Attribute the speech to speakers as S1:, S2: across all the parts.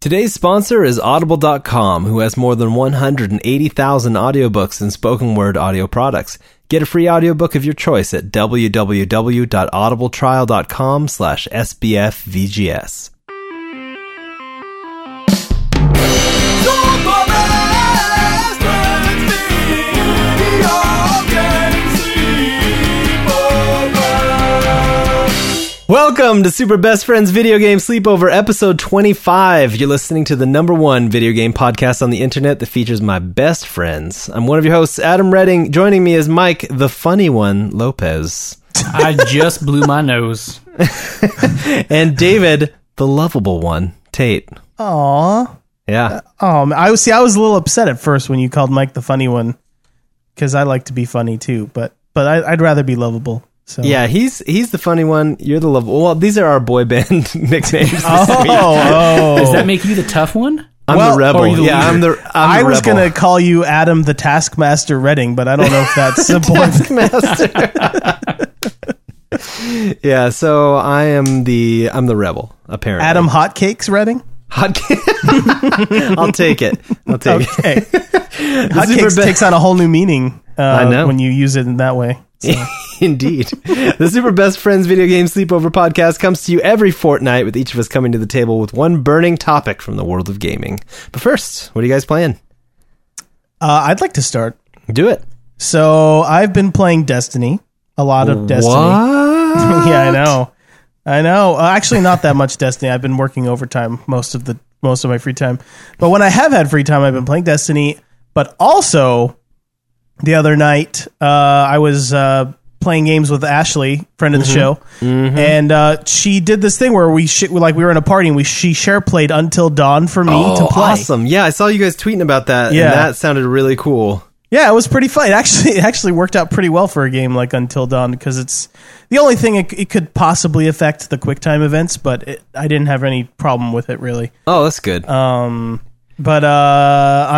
S1: Today's sponsor is Audible.com, who has more than 180,000 audiobooks and spoken word audio products. Get a free audiobook of your choice at www.audibletrial.com slash sbfvgs. Welcome to Super Best Friends Video Game Sleepover, episode 25. You're listening to the number one video game podcast on the internet that features my best friends. I'm one of your hosts, Adam Redding. Joining me is Mike, the funny one, Lopez,
S2: I just blew my nose.
S1: and David, the lovable one, Tate.
S3: Aw.
S1: Yeah.
S3: Oh, man. I was see. I was a little upset at first when you called Mike the funny one, because I like to be funny too. But but I, I'd rather be lovable. So
S1: Yeah, he's he's the funny one. You're the lovable. Well, these are our boy band nicknames.
S3: Oh, oh.
S2: Does that make you the tough one?
S1: I'm
S3: Well,
S1: the rebel.
S2: are you the
S1: yeah,
S2: leader?
S1: I'm the. I'm
S3: I
S1: the
S3: was
S1: rebel.
S3: gonna call you Adam the Taskmaster Redding, but I don't know if that's a boy.
S1: yeah, so I am the I'm the rebel apparently.
S3: Adam Hotcakes Redding.
S1: Hot- I'll take it. I'll take it.
S3: Okay,
S1: Super
S3: Hotcakes
S1: Best-
S3: takes on a whole new meaning uh,
S1: I know.
S3: when you use it in that way. So,
S1: Indeed. The Super Best Friends Video Game Sleepover podcast comes to you every fortnight with each of us coming to the table with one burning topic from the world of gaming. But first, what are you guys playing?
S3: uh, I'd like to start.
S1: Do it.
S3: So I've been playing Destiny, a lot of Destiny.
S1: What?
S3: yeah, I know. I know. Uh, actually, not that much Destiny. I've been working overtime most of the most of my free time. But when I have had free time, I've been playing Destiny. But also, the other night, uh, I was uh, playing games with Ashley, friend of
S1: Mm-hmm.
S3: the show, and uh, she did this thing where we sh- like we were in a party and we she share played Until Dawn for me
S1: Oh,
S3: to play.
S1: awesome. Yeah, I saw you guys tweeting about that,
S3: Yeah.
S1: and that sounded really cool.
S3: Yeah, it was pretty fun. It actually, it actually worked out pretty well for a game like Until Dawn because it's the only thing it, it could possibly affect the QuickTime events, but it, I didn't have any problem with it really.
S1: Oh, that's good.
S3: Um, but uh,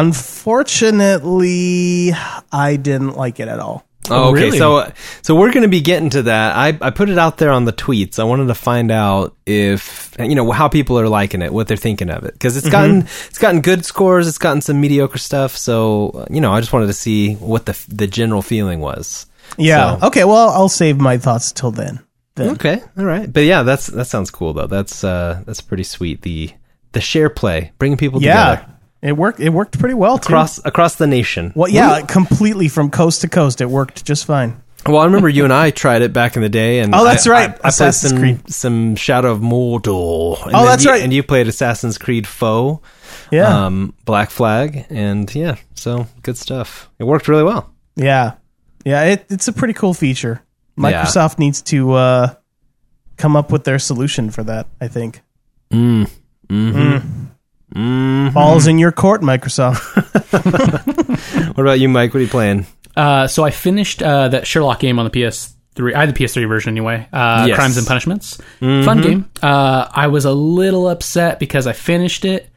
S3: unfortunately, I didn't like it at all.
S1: Oh, okay.
S2: Really?
S1: So, so we're going to be getting to that. I, I put it out there on the tweets. I wanted to find out if you know how people are liking it, what they're thinking of it, because
S3: Mm-hmm.
S1: it's gotten it's gotten good scores, it's gotten some mediocre stuff. So, you know, I just wanted to see what the the general feeling was.
S3: Yeah.
S1: So-
S3: Okay. Well, I'll save my thoughts till then. Then.
S1: Okay. All right. But yeah, that's that sounds cool though. That's uh that's pretty sweet. The the share play, bringing people
S3: Yeah.
S1: together
S3: It worked. It worked pretty well too.
S1: across across the nation.
S3: well, yeah, completely from coast to coast, it worked just fine.
S1: Well, I remember you and I tried it back in the day, and
S3: Oh, that's
S1: I-
S3: right.
S1: I- I, played
S3: Assassin's
S1: some
S3: Creed.
S1: some Shadow of Mordor. And
S3: Oh,
S1: then
S3: that's
S1: you-
S3: right.
S1: And you played Assassin's Creed Foe,
S3: Yeah.
S1: um, Black Flag, and yeah, so good stuff. It worked really well.
S3: Yeah. Yeah, it, it's a pretty cool feature.
S1: Yeah.
S3: Microsoft needs to uh, come up with their solution for that, I think. Mm. Mm-hmm. Ball's in your court, Microsoft.
S1: What about you, Mike? What are you playing?
S2: Uh, so I finished uh, that Sherlock game on the PS3. I had the PS3 version anyway. Uh,
S1: Yes.
S2: Crimes and Punishments,
S3: Mm-hmm.
S2: fun game. Uh, I was a little upset because I finished it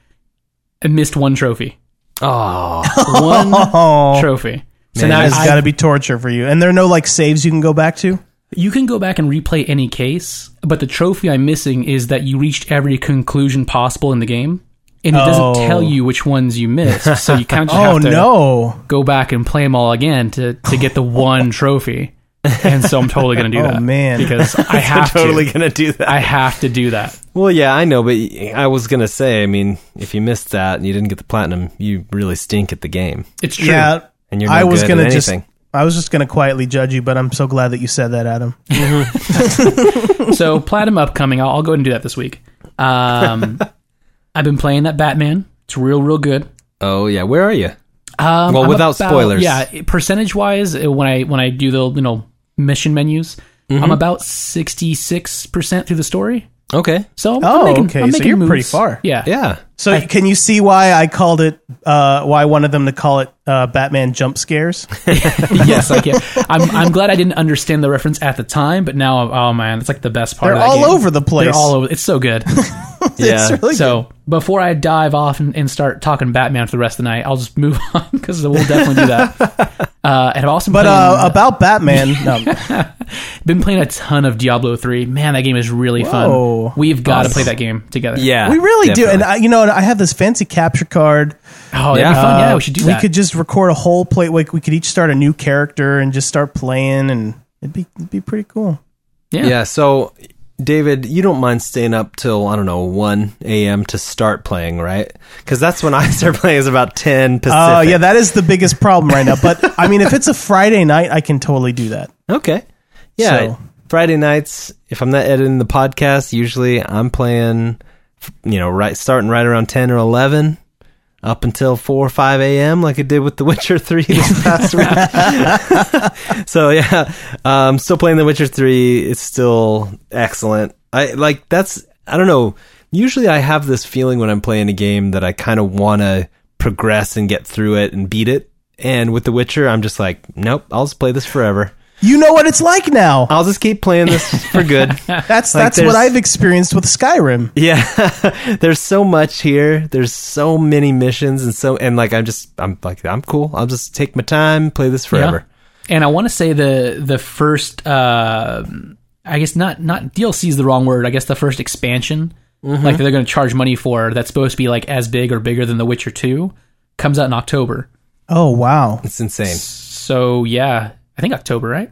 S2: and missed one trophy.
S1: Oh,
S2: One
S3: Oh,
S2: trophy. So
S1: Man,
S2: now
S3: that has
S2: I-
S3: got to be torture for you. And there are no like saves you can go back to.
S2: you can go back and replay any case, but the trophy I'm missing is that you reached every conclusion possible in the game, and it
S3: Oh.
S2: doesn't tell you which ones you missed. So you kind of just
S3: Oh
S2: have to
S3: no!
S2: go back and play them all again to, to get the one trophy. And so I'm totally going to do
S3: Oh,
S2: that.
S3: man.
S2: Because I have
S1: totally
S2: to.
S1: gonna do that.
S2: I have to do that.
S1: well, yeah, I know, but y- I was gonna say, I mean, if you missed that and you didn't get the platinum, you really stink at the game,
S2: It's true.
S3: Yeah,
S1: and you're not
S3: I was
S1: good
S3: gonna
S1: at
S3: just.
S1: anything.
S3: I was just gonna quietly judge you, but I'm so glad that you said that, Adam.
S2: So platinum upcoming. I'll, I'll go ahead and do that this week. Um, I've been playing that Batman. It's real, real good.
S1: oh yeah, where are you?
S2: Um,
S1: Well,
S2: I'm
S1: without
S2: about-
S1: spoilers.
S2: Yeah, percentage wise, when I when I do the you know mission menus,
S1: Mm-hmm.
S2: I'm about sixty six percent through the story.
S1: Okay,
S2: So I'm,
S3: Oh,
S2: I'm making,
S3: okay.
S2: I'm
S3: So
S2: making
S3: you're pretty
S2: moves.
S3: far.
S2: Yeah,
S1: yeah.
S3: So can you see why I called it? Uh, why I wanted them to call it uh, Batman jump scares?
S2: yes, I can. I'm, I'm glad I didn't understand the reference at the time, but now, I'm- oh man, it's like the best part.
S3: They're
S2: of that
S3: all
S2: game.
S3: over the place.
S2: They're all over. It's so good.
S1: Yeah.
S3: It's really good.
S2: so before I dive off and, and start talking Batman for the rest of the night, I'll just move on because we'll definitely do that. Uh, and I've also been
S3: But
S2: playing,
S3: uh, about Batman, no,
S2: been playing a ton of Diablo three. Man, that game is really
S3: Whoa.
S2: fun. We've got to play that game together.
S1: Yeah,
S3: we really do. And
S1: definitely.
S3: I, you know, and I have this fancy capture card.
S2: Oh, that'd be fun. Yeah,
S3: Uh,
S2: we should do that.
S3: We could just record a whole play. Like we could each start a new character and just start playing, and it'd be it'd be pretty cool.
S2: yeah.
S1: yeah. So, David, you don't mind staying up till I don't know one a.m. to start playing, right? Because that's when I start playing. Is about ten Pacific.
S3: Oh yeah, that is the biggest problem right now. But I mean, if it's a Friday night, I can totally do that.
S1: Okay. Yeah.
S3: So-
S1: Friday nights, if I'm not editing the podcast, usually I'm playing, f- you know, right starting right around 10 or 11 up until 4 or 5 a.m., like I did with The Witcher 3 this past week. so, yeah, um, still playing The Witcher 3. It's still excellent. I like that's, I don't know. Usually I have this feeling when I'm playing a game that I kind of want to progress and get through it and beat it. And with The Witcher, I'm just like, nope, I'll just play this forever.
S3: You know what it's like now.
S1: I'll just keep playing this for good.
S3: That's
S1: Uh, Like
S3: that's what
S1: there's-
S3: I've experienced with Skyrim.
S1: yeah. There's so much here. There's so many missions and so and like I'm just I'm like I'm cool. I'll just take my time, play this forever.
S2: And I want to say the the first, uh, I guess not not DLC is the wrong word. I guess the first expansion,
S3: Mm-hmm.
S2: like that they're going to charge money for, that's supposed to be like as big or bigger than The Witcher Two, comes out in October.
S3: Oh wow,
S1: It's insane.
S2: So yeah, I think October, right?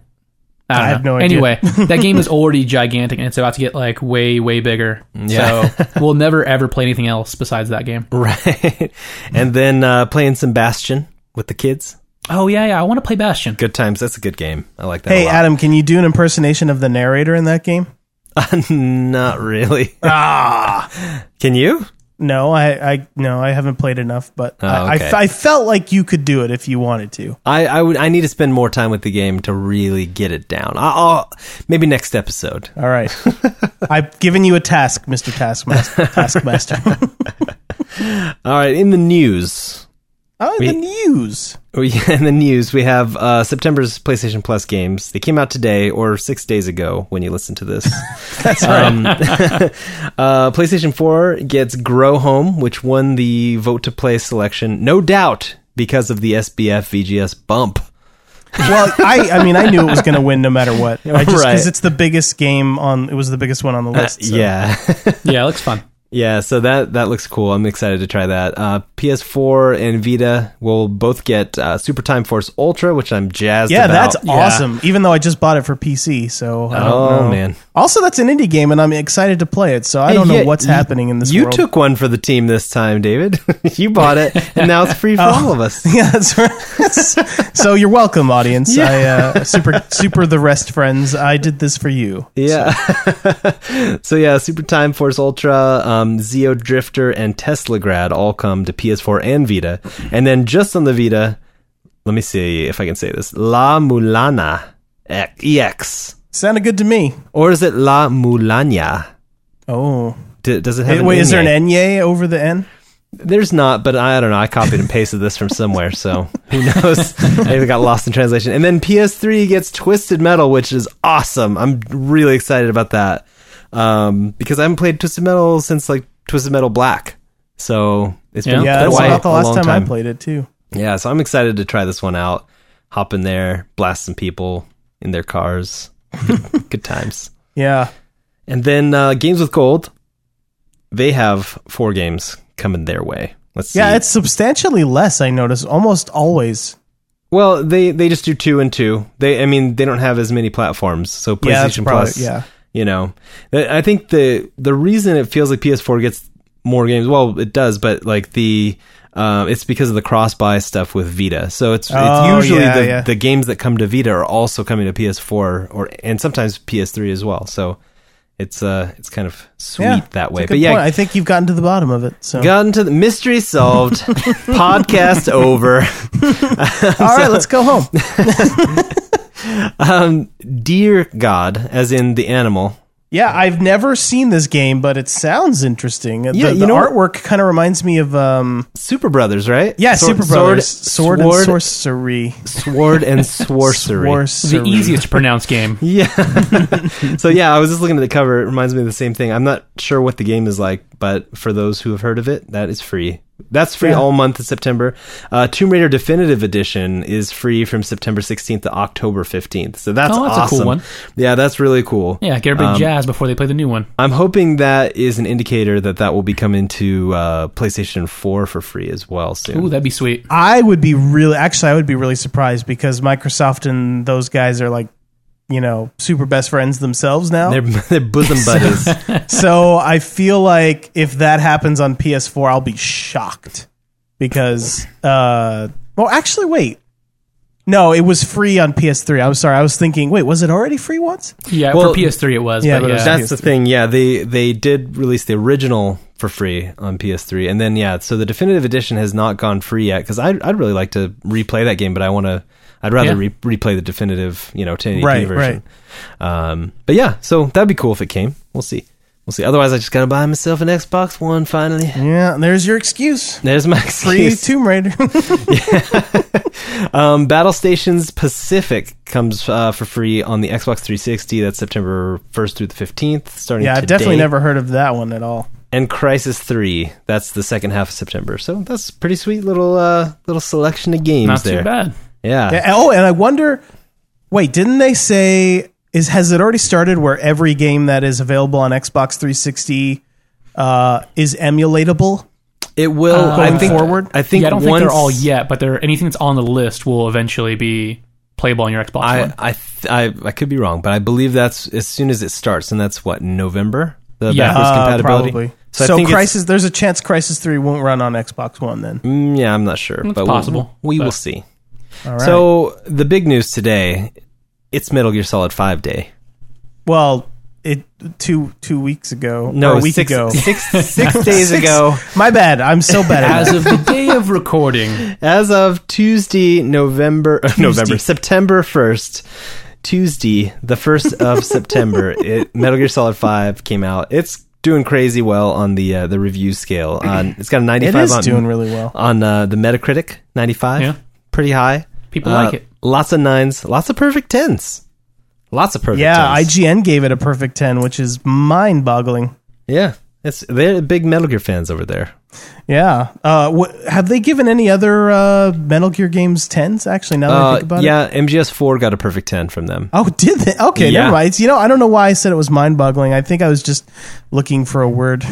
S2: don't
S3: I have
S2: know.
S3: no idea.
S2: Anyway, that game is already gigantic, and it's about to get like way way bigger. So we'll never ever play anything else besides that game.
S1: Right. and then uh playing some Bastion with the kids.
S2: Oh yeah, yeah. I want to play Bastion.
S1: Good times. That's a good game. I like that
S3: Hey
S1: a lot.
S3: Adam, can you do an impersonation of the narrator in that game?
S1: Not really. Ah. Can you?
S3: No, I, I no, I haven't played enough, but I I,
S1: okay.
S3: f- I felt like you could do it if you wanted to.
S1: I, I would I need to spend more time with the game to really get it down. I, I'll maybe next episode.
S3: All right, I've given you a task, Mister Taskmaster. Taskmaster.
S1: All right, in the news.
S3: oh, the news.
S1: We, Oh, in the news, we have uh, September's PlayStation Plus games. They came out today or six days ago when you listen to this. That's um, uh, PlayStation 4 gets Grow Home, which won the Vote to Play selection, no doubt because of the SBF VGS bump.
S3: Well, I, I mean, I knew it was going to win no matter what. I just because
S1: Right. Uh,
S3: it's the biggest game on. It was the biggest one on the list. so.
S1: Yeah.
S2: Yeah, it looks fun.
S1: Yeah, so that that looks cool. I'm excited to try that. Uh, PS4 and Vita will both get uh, Super Time Force Ultra, which I'm jazzed
S3: Yeah,
S1: about.
S3: that's awesome. Even though I just bought it for PC, so I don't
S1: Oh,
S3: know.
S1: man.
S3: Also, that's an indie game, and I'm excited to play it. So I
S1: Hey,
S3: don't know
S1: yeah,
S3: what's
S1: you-
S3: happening in this.
S1: You
S3: world.
S1: took one for the team this time, David. you bought it, and now it's free for
S3: Oh.
S1: all of us.
S3: Yeah, that's right. so you're welcome, audience. I uh, super super the rest friends. I did this for you.
S1: Yeah. so yeah, Super Time Force Ultra, um, Zeo Drifter, and Teslagrad all come to PS4 and Vita, and then just on the Vita, let me see if I can say this: La Mulana EX,
S3: Sounded good to me.
S1: or is it La Mulana?
S3: Oh,
S1: D- does it have?
S3: Hey,
S1: an
S3: wait, is there
S1: N? E
S3: an Enye over the N?
S1: There's not, but I don't know. I copied and pasted this from somewhere, so who knows? Maybe it got lost in translation. And then PS3 gets Twisted Metal, which is awesome. I'm really excited about that um, because I haven't played Twisted Metal since like Twisted Metal Black. So it's been
S2: Yeah,
S1: quite
S3: Yeah,
S1: a
S3: that's
S1: while-
S3: about the
S1: a
S3: last
S1: long
S3: time, I played it too.
S1: Yeah, so I'm excited to try this one out. Hop in there, blast some people in their cars. Good times.
S3: Yeah,
S1: And then uh, Games with Gold, they have four games coming their way. Let's see.
S3: yeah, it's substantially less. I notice almost always.
S1: Well, they they just do two and two. They, I mean, they don't have as many platforms. So PlayStation
S3: Yeah, that's probably-
S1: Plus,
S3: yeah.
S1: you know, Th- I think the the reason it feels like PS4 gets more games, well, it does, but like the. Um, it's because of the cross buy stuff with Vita, so it's
S3: Oh,
S1: it's usually
S3: yeah,
S1: the,
S3: yeah.
S1: the games that come to Vita are also coming to PS4 or and sometimes PS3 as well. So it's uh it's kind of sweet
S3: Yeah,
S1: that way.
S3: It's a
S1: But
S3: good
S1: yeah,
S3: point. I think you've gotten to the bottom of it. So
S1: gotten to the mystery solved, podcast over.
S3: all right, let's go home.
S1: Um, dear God, as in the animal.
S3: Yeah, I've never seen this game, but it sounds interesting. The,
S1: Yeah, you
S3: the
S1: know-
S3: artwork kind of reminds me of um,
S1: Super Brothers, right?
S3: yeah,
S1: Sword-
S3: Super Brothers,
S1: Sword,
S3: Sword,
S1: sword,
S3: and Sorcery,
S1: sword and sorcery.
S2: It's the easiest to pronounce game.
S1: So yeah, I was just looking at the cover. It reminds me of the same thing. I'm not sure what the game is like, but for those who have heard of it, that is free That's free
S3: Yeah.
S1: all month of September. Uh, Tomb Raider Definitive Edition is free from September 16th to October 15th. So that's,
S2: Oh, that's a cool
S1: awesome.
S2: one.
S1: Yeah, that's really cool.
S2: Yeah, get
S3: Um,
S2: everybody jazzed before they play the new one.
S1: I'm hoping that is an indicator that that will be coming to uh, PlayStation 4 for free as well soon.
S2: Ooh, that'd be sweet.
S3: I would be really actually I would be really surprised because Microsoft and those guys are like, you know, super best friends themselves now.
S1: they're, they're bosom buddies.
S3: so I feel like if that happens on PS4, I'll be shocked because uh well actually wait. No, it was free on PS3. I'm sorry. I was thinking, wait, was it already free once?
S2: Yeah,
S1: Well,
S2: for PS3 it was.
S3: yeah,
S2: but
S3: but it was-
S2: yeah.
S1: That's the thing. Yeah, they they did release the original for free on PS3, and then yeah, so the definitive edition has not gone free yet because I'd, I'd really like to replay that game, but I want to. I'd rather
S2: Yeah.
S1: re- replay the definitive, you know, 1080p
S3: Right,
S1: version. Um, but yeah, so that'd be cool if it came. We'll see. We'll see. Otherwise, I just gotta buy myself an Xbox One finally.
S3: Yeah, there's your excuse.
S1: There's my
S3: Mm. Free
S1: excuse.
S3: Tomb Raider.
S1: Um, Battle Stations Pacific comes uh, for free on the Xbox 360. That's September 1st through the 15th, starting.
S3: yeah, I've
S1: today.
S3: definitely never heard of that one at all.
S1: and Crisis Three. That's the second half of September. So that's pretty sweet little uh, little selection of games
S2: Not
S1: there.
S2: too bad.
S1: Yeah.
S3: Yeah, Oh, and I wonder. Wait, didn't they say is has it already started where every game that is available on Xbox 360 uh, is emulatable?
S1: it will. I
S3: Uh, going
S1: think,
S3: forward?
S1: I think.
S2: yeah, I don't think
S1: once-
S2: they're all yet, but they're anything that's on the list will eventually be playable on your Xbox
S1: I
S2: One.
S1: I, th- I I could be wrong, but I believe that's as soon as it starts, and that's what November. The
S2: Yeah.
S1: backwards
S3: Uh,
S1: compatibility.
S3: probably.
S1: So,
S3: So,
S1: I think it's-
S3: Crisis, there's a chance Crisis 3 won't run on Xbox One then.
S1: mm, yeah, I'm not sure, but we'll-
S2: possible,
S1: We, will
S2: but-
S1: see.
S3: All right.
S1: So the big news today, it's Metal Gear Solid Five Day.
S3: well, it two two weeks ago, or
S1: No,
S3: a week
S1: six,
S3: ago,
S1: six six days
S3: Six-
S1: ago.
S3: My bad. I'm so bad at
S2: As of the day of recording,
S1: As of Tuesday, November, uh, November,
S3: Tuesday.
S1: September 1st, Tuesday, the 1st of September, it, Metal Gear Solid 5 came out. It's doing crazy well on the uh, the review scale. On, it's got a
S3: it. It
S1: 95
S3: is
S1: on,
S3: doing really well.
S1: on uh, the Metacritic, 95.
S2: Yeah.
S1: Pretty high.
S2: People
S1: Uh,
S2: like it.
S1: Lots of nines, lots of perfect tens. Lots of perfect
S3: Yeah,
S1: tens.
S3: IGN gave it a perfect 10, which is mind-boggling.
S1: yeah. It's, they're big Metal Gear fans over there.
S3: Yeah. Uh, wh- have they given any other uh, Metal Gear games tens? Actually, now that I
S1: Uh,
S3: think about it.
S1: yeah, MGS4 got a perfect 10 from them.
S3: Oh, did they? Okay,
S1: Yeah.
S3: never mind. It's- You know, I don't know why I said it was mind-boggling. I think I was just looking for a word.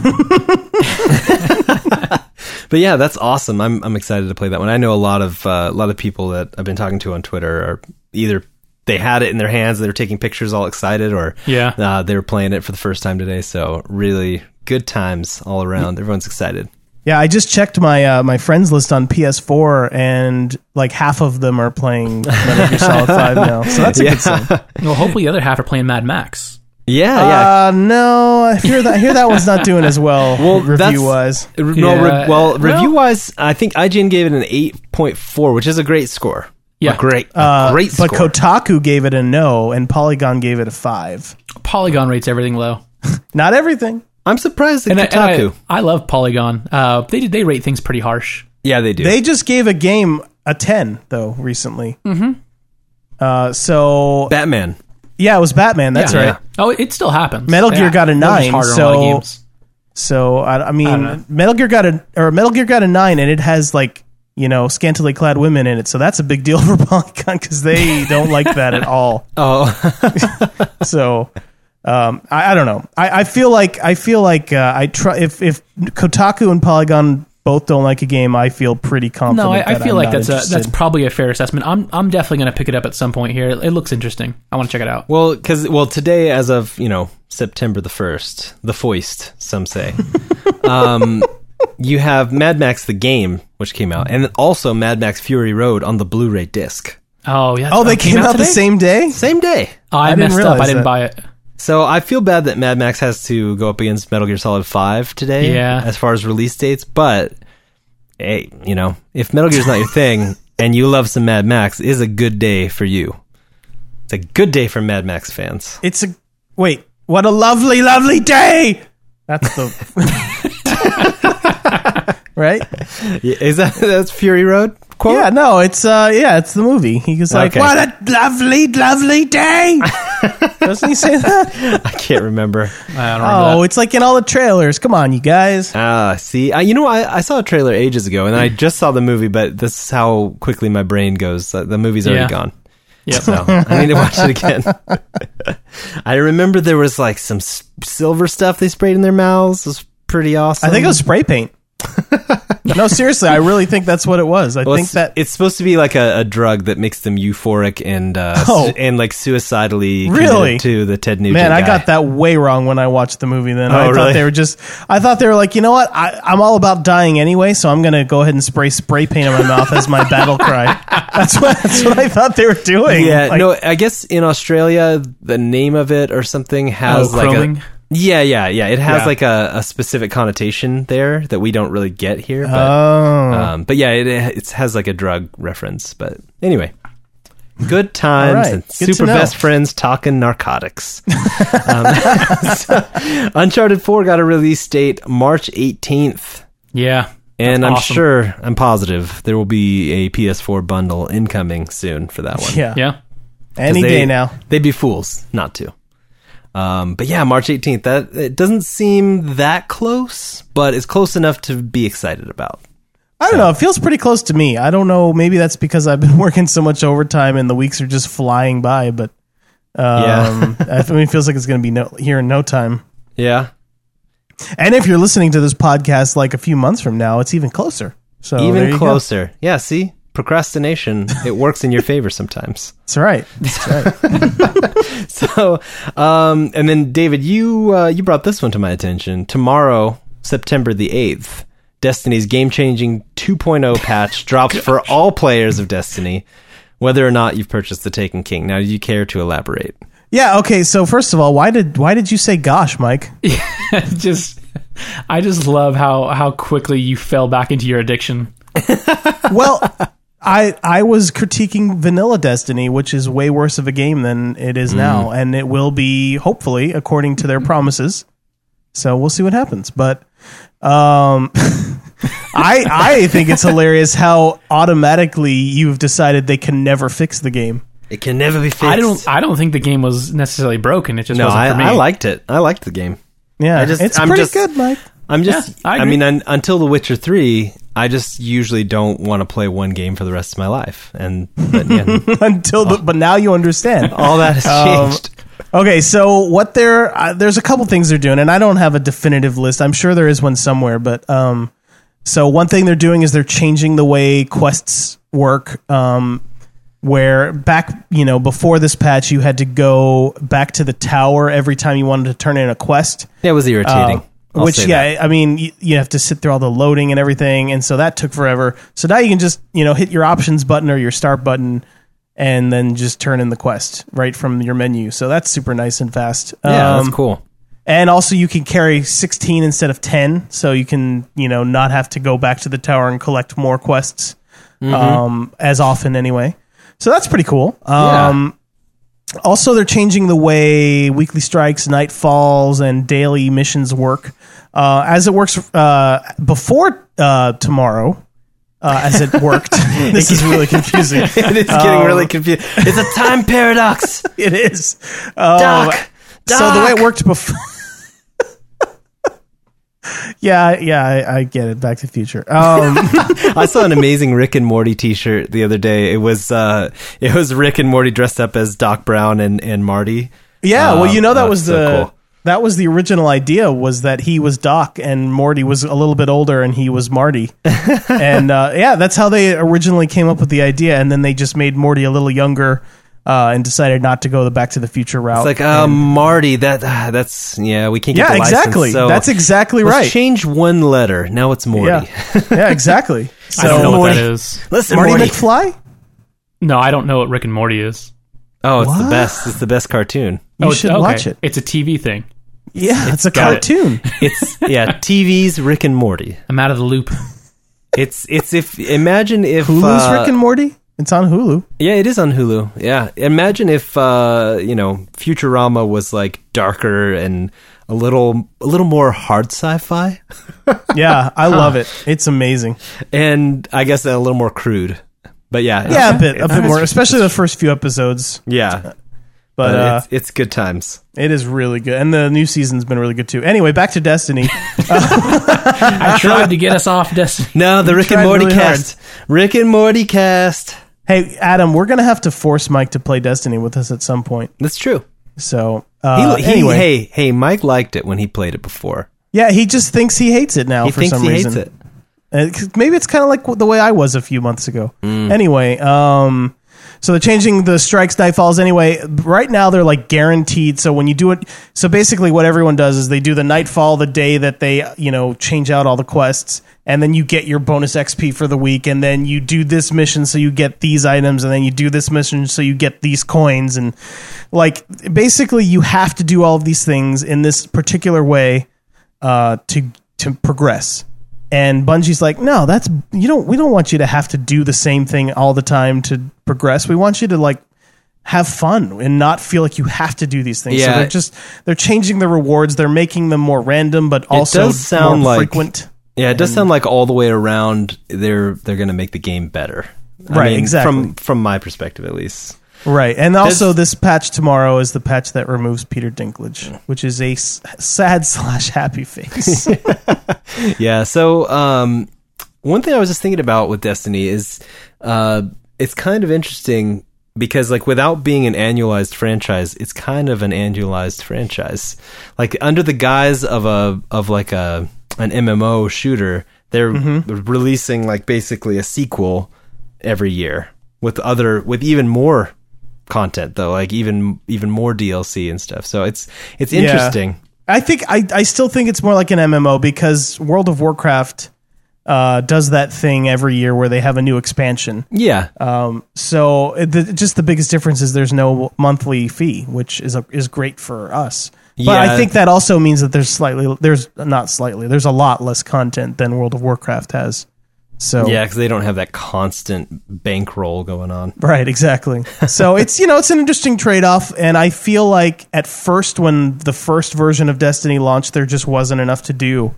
S1: But yeah, that's awesome. I'm I'm excited to play that one. I know a lot of uh, a lot of people that I've been talking to on Twitter are either they had it in their hands, they were taking pictures, all excited, or
S2: Yeah.
S1: uh, they were playing it for the first time today. So really good times all around. Everyone's excited.
S3: yeah, I just checked my uh, my friends list on PS4, and like half of them are playing Metal Gear Solid Five now. So that's a good sign.
S2: well, hopefully the other half are playing Mad Max.
S1: Yeah, yeah.
S3: Uh, no, I hear that I hear that one's not doing as well,
S1: Well, that's-
S3: review wise.
S1: Re- no, re- well,
S2: yeah. Well-
S1: review wise, I think IGN gave it an eight point four, which is a great score.
S2: Yeah.
S1: a great, a great
S3: Uh, But
S1: score.
S3: Kotaku gave it a no, and Polygon gave it a five.
S2: Polygon rates everything low.
S3: Not everything.
S1: I'm surprised that
S2: And I, and I-
S1: Kotaku.
S2: I love Polygon. Uh, they did- they rate things pretty harsh.
S1: yeah, they do.
S3: They just gave a game a 10 though recently. Mm-hmm. Uh, so
S1: Batman.
S3: yeah, it was Batman. That's
S2: Yeah.
S3: right.
S1: Yeah.
S2: Oh, it, it still happens.
S3: Metal Gear
S2: Yeah.
S3: got a
S2: They're just
S3: nine,
S2: harder on a lot of
S3: so-
S2: games.
S3: So I, I mean,
S2: know.
S3: Metal Gear got a or Metal Gear got a nine, and it has like you know scantily clad women in it. So that's a big deal for Polygon because they don't like that at all.
S1: Oh,
S3: So. Um, I, I don't know. I, I feel like I feel like uh, I try if if Kotaku and Polygon both don't like a game, I feel pretty confident.
S2: No, I, I
S3: that
S2: feel like
S3: I'm not
S2: that's a,
S3: interested.
S2: that's probably a fair assessment. I'm I'm definitely going to pick it up at some point here. It, it looks interesting. I want to check it out.
S1: Well, because well today, as of you know September the first, the foist, some say. um, you have Mad Max the game, which came out, and also Mad Max Fury Road on the Blu-ray disc,
S2: Oh yeah.
S3: oh, they
S2: it
S3: came, out, the
S2: today?
S3: same day.
S1: same day.
S2: I,
S3: didn't
S2: messed up.
S3: realize
S2: I didn't
S3: that.
S2: buy it.
S1: So I feel bad that Mad Max has to go up against Metal Gear Solid Five today,
S2: Yeah.
S1: as far as release dates. But hey, you know, if Metal Gear's not your thing and you love some Mad Max, it is a good day for you. It's a good day for Mad Max fans.
S3: It's a wait. What a lovely, lovely day. That's the right.
S1: Yeah, Is that that's Fury Road quote?
S3: Yeah, no, it's uh, yeah, it's the movie. He was like,
S1: Okay.
S3: "What a lovely, lovely day." Doesn't he say that?
S1: I can't remember.
S2: I don't remember.
S3: Oh, it's like in all the trailers. Come on, you guys.
S1: Ah, see, I, you know, I, I saw a trailer ages ago, and I just saw the movie, but this is how quickly my brain goes. The, the movie's already
S2: Yeah.
S1: gone.
S2: Yep.
S1: So I need to watch it again. I remember there was like some s- silver stuff they sprayed in their mouths. It was pretty awesome.
S3: I think it was spray paint. no, seriously, I really think that's what it was. I
S1: Well,
S3: think
S1: it's,
S3: that
S1: it's supposed to be like a, a drug that makes them euphoric and uh, su-
S3: Oh.
S1: and like suicidally
S3: Really?
S1: committed to the Ted Nugent.
S3: Man, I
S1: guy.
S3: got that way wrong when I watched the movie. Then
S1: Oh,
S3: I
S1: really?
S3: thought they were just. I thought they were like, you know what? I, I'm all about dying anyway, so I'm gonna go ahead and spray spray paint in my mouth as my battle cry. That's what that's what I thought they were doing.
S1: Yeah,
S3: Like,
S1: no, I guess in Australia the name of it or something has
S2: Oh,
S1: like
S2: crowing?
S1: a yeah, yeah, yeah. It has
S3: Yeah.
S1: like a, a specific connotation there that we don't really get here. But,
S3: Oh,
S1: um, but yeah, it, it has like a drug reference. But anyway, good times
S3: All right.
S1: and
S3: Good to
S1: super
S3: know.
S1: best friends talking narcotics. um, so, Uncharted Four got a release date March eighteenth.
S2: Yeah.
S1: And I'm
S2: awesome.
S1: sure, I'm positive, there will be a PS4 bundle incoming soon for that one.
S3: yeah,
S2: Yeah.
S3: any
S1: 'Cause they-
S3: day now.
S1: They'd be fools not to. Um, but yeah, March 18th. That it doesn't seem that close, but it's close enough to be excited about.
S3: I don't know. It feels pretty close to me. I don't know. Maybe that's because I've been working so much overtime and the weeks are just flying by. But um, I mean, it feels like it's gonna be no, here in no time.
S1: Yeah.
S3: And if you're listening to this podcast like a few months from now, it's even closer. So there you
S1: Even
S3: go.
S1: closer. Yeah, see? Procrastination, it works in your favor sometimes.
S3: That's right.
S1: So, um, and then David, you uh, you brought this one to my attention. Tomorrow, September the 8th, Destiny's game-changing 2.0 patch drops for all players of Destiny, whether or not you've purchased the Taken King. Now, do you care to elaborate?
S3: Yeah. Okay. So first of all, why did why did you say "gosh," Mike?
S2: just I just love how how quickly you fell back into your addiction.
S3: well, I I was critiquing Vanilla Destiny, which is way worse of a game than it is now,
S1: Mm.
S3: and it will be hopefully according to their
S1: Mm-hmm.
S3: promises. So we'll see what happens. But um, I I think it's hilarious how automatically you've decided they can never fix the game.
S1: It can never be fixed.
S2: I don't I don't think the game was necessarily broken. It just
S1: No,
S2: wasn't
S1: I,
S2: for me.
S1: I liked it. I liked the game.
S3: Yeah,
S1: I just-
S3: it's
S1: I'm
S3: pretty
S1: just-
S3: good, Mike.
S1: I'm just.
S2: Yeah, I
S1: I,
S2: agree.
S1: mean, un, until The Witcher Three, I just usually don't want to play one game for the rest of my life, and but, yeah,
S3: Until the, but now you understand.
S1: Oh. all that has
S3: Um,
S1: changed.
S3: Okay, so what they're uh, there's a couple things they're doing, and I don't have a definitive list. I'm sure there is one somewhere, but um, so one thing they're doing is they're changing the way quests work. Um, where back you know before this patch, you had to go back to the tower every time you wanted to turn in a quest.
S1: It was irritating.
S3: Uh,
S1: I'll
S3: which
S1: say
S3: yeah,
S1: that.
S3: I mean you, you have to sit through all the loading and everything, and so that took forever. So now you can just you know hit your options button or your start button, and then just turn in the quest right from your menu. So that's super nice and fast.
S1: yeah,
S3: Um,
S1: that's cool.
S3: And also you can carry sixteen instead of ten, so you can you know not have to go back to the tower and collect more quests um, as often anyway. So that's pretty cool. Um, also they're changing the way weekly strikes nightfalls and daily missions work uh, as it works uh, before uh, tomorrow uh, as it worked this is really confusing
S1: it is getting really confused. Um, It's a time paradox.
S3: it is um,
S1: Doc,
S3: so the way
S1: Doc.
S3: it worked before yeah yeah I, I get it back to the future um,
S1: I saw an amazing Rick and Morty T-shirt the other day. It was uh, it was Rick and Morty dressed up as Doc Brown and and Marty.
S3: yeah well
S1: Um,
S3: you know that
S1: that's
S3: was
S1: so
S3: the
S1: cool.
S3: that was the original idea was that he was Doc and Morty was a little bit older and he was Marty. and uh, yeah, that's how they originally came up with the idea. And then they just made Morty a little younger uh, and decided not to go the Back to the Future route.
S1: It's like, uh, Marty, that ah, that's yeah, we can't. Get
S3: Yeah,
S1: the license,
S3: exactly.
S1: so
S3: That's exactly
S1: let's
S3: right.
S1: Change one letter. Now it's Morty.
S3: yeah, yeah, exactly.
S2: I don't know
S3: So
S2: what
S1: Morty.
S2: that is.
S1: Listen,
S3: Marty McFly,
S2: No, I don't know what Rick and Morty is. Oh,
S1: Oh, it's
S3: What?
S1: the best. It's the best cartoon.
S3: you
S2: it's-
S3: should
S2: okay.
S3: watch it.
S2: It's a TV thing.
S3: Yeah, it's a
S2: got it.
S3: cartoon.
S1: It's yeah, TV's Rick and Morty.
S2: I'm out of the loop.
S1: It's it's if imagine if
S3: Hulu's
S1: uh,
S3: Rick and Morty. It's on Hulu.
S1: yeah, it is on Hulu. Yeah, imagine if uh, you know Futurama was like darker and a little a little more hard sci-fi,
S3: Yeah, I love it. It's amazing.
S1: and I guess a little more crude. But yeah,
S3: Yeah, a bit, a
S1: it's-
S3: bit more, especially the first few episodes.
S1: yeah.
S3: But,
S1: But
S3: uh,
S1: it's, it's good times.
S3: it is really good, and the new season's been really good too. Anyway, back to Destiny.
S2: I tried to get us off Destiny.
S1: No, the Rick and
S3: tried
S1: Morty
S3: really hard.
S1: cast. Rick and Morty cast.
S3: hey, Adam, we're gonna have to force Mike to play Destiny with us at some point.
S1: That's true.
S3: So
S1: He,
S3: uh,
S1: he-
S3: anyway,
S1: hey, hey, Mike liked it when he played it before.
S3: yeah, he just thinks he hates it now
S1: He
S3: Oh, for
S1: thinks
S3: some
S1: he
S3: reason.
S1: hates it.
S3: Uh, 'cause maybe it's kind of like the way I was a few months ago. Anyway, um, so they're changing the strikes, nightfalls. Anyway, right now they're like guaranteed. So when you do it, so basically what everyone does is they do the nightfall the day that they you know change out all the quests, and then you get your bonus XP for the week, and then you do this mission so you get these items, and then you do this mission so you get these coins, and like basically you have to do all of these things in this particular way uh, to to progress. And Bungie's like, no, that's you don't. We don't want you to have to do the same thing all the time to progress. We want you to like have fun and not feel like you have to do these things.
S1: Yeah.
S3: So they're just they're changing the rewards. They're making them more random, but also
S1: does sound
S3: more
S1: like-
S3: frequent.
S1: Yeah, it does sound like all the way around they're they're going to make the game better. I
S3: Right,
S1: mean,
S3: exactly.
S1: From from my perspective, at least.
S3: Right, and also this patch tomorrow is the patch that removes Peter Dinklage, which is a s- sad slash happy face.
S1: Yeah. So, um, one thing I was just thinking about with Destiny is, uh, it's kind of interesting because, like, without being an annualized franchise, it's kind of an annualized franchise. Like, under the guise of a of like a an MMO shooter, they're releasing like basically a sequel every year with other with even more content though like even even more DLC and stuff. So it's it's interesting.
S3: I think I, I still think it's more like an MMO because World of Warcraft uh, does that thing every year where they have a new expansion.
S1: Yeah.
S3: Um, so it- the, just the biggest difference is there's no monthly fee, which is a, is great for us. But
S1: Yeah.
S3: I think that also means that there's slightly there's not slightly there's a lot less content than World of Warcraft has. So
S1: Yeah, because they don't have that constant bankroll going on.
S3: Right, exactly. So it's you know it's an interesting trade off, and I feel like at first when the first version of Destiny launched, there just wasn't enough to do,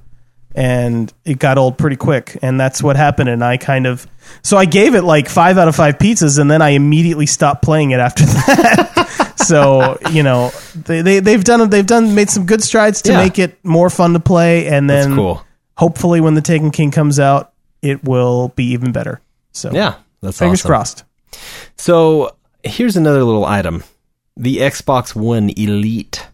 S3: and it got old pretty quick, and that's what happened. And I kind of so I gave it like five out of five pizzas, and then I immediately stopped playing it after that. so you know they, they they've done they've done made some good strides to
S1: Yeah.
S3: make it more fun to play, and
S1: That's
S3: then
S1: cool.
S3: hopefully when the Taken King comes out, it will be even better. So
S1: Yeah, that's
S3: fingers
S1: awesome.
S3: crossed.
S1: So here's another little item: the Xbox One Elite.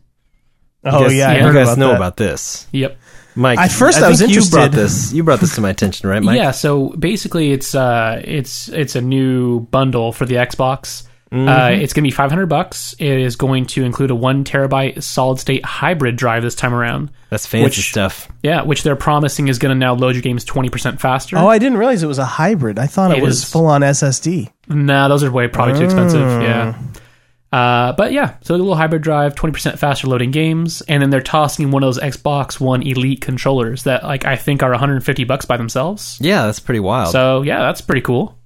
S3: Oh
S1: Guess-
S3: yeah, I
S1: you
S3: heard
S1: guys
S3: about
S1: know
S3: that.
S1: about this,
S2: Yep.
S1: Mike.
S3: At first I
S1: think
S3: was
S1: You brought
S3: interested.
S1: this. You brought this to my attention, right, Mike?
S2: Yeah, so basically, it's uh, it's it's a new bundle for the Xbox. Uh, it's going to be five hundred bucks. It is going to include a one terabyte solid state hybrid drive this time around.
S1: That's fancy
S2: Which-
S1: stuff.
S2: Yeah, which they're promising is going to now load your games twenty percent faster.
S3: Oh, I didn't realize it was a hybrid. I thought it,
S2: It
S3: was
S2: is.
S3: full on SSD.
S2: nah, those are way probably too expensive.
S3: Oh.
S2: Yeah. Uh, but yeah, so a little hybrid drive, twenty percent faster loading games, and then they're tossing in one of those Xbox One Elite controllers that like I think are one hundred and fifty bucks by themselves.
S1: Yeah, that's pretty wild.
S2: So yeah, that's pretty cool.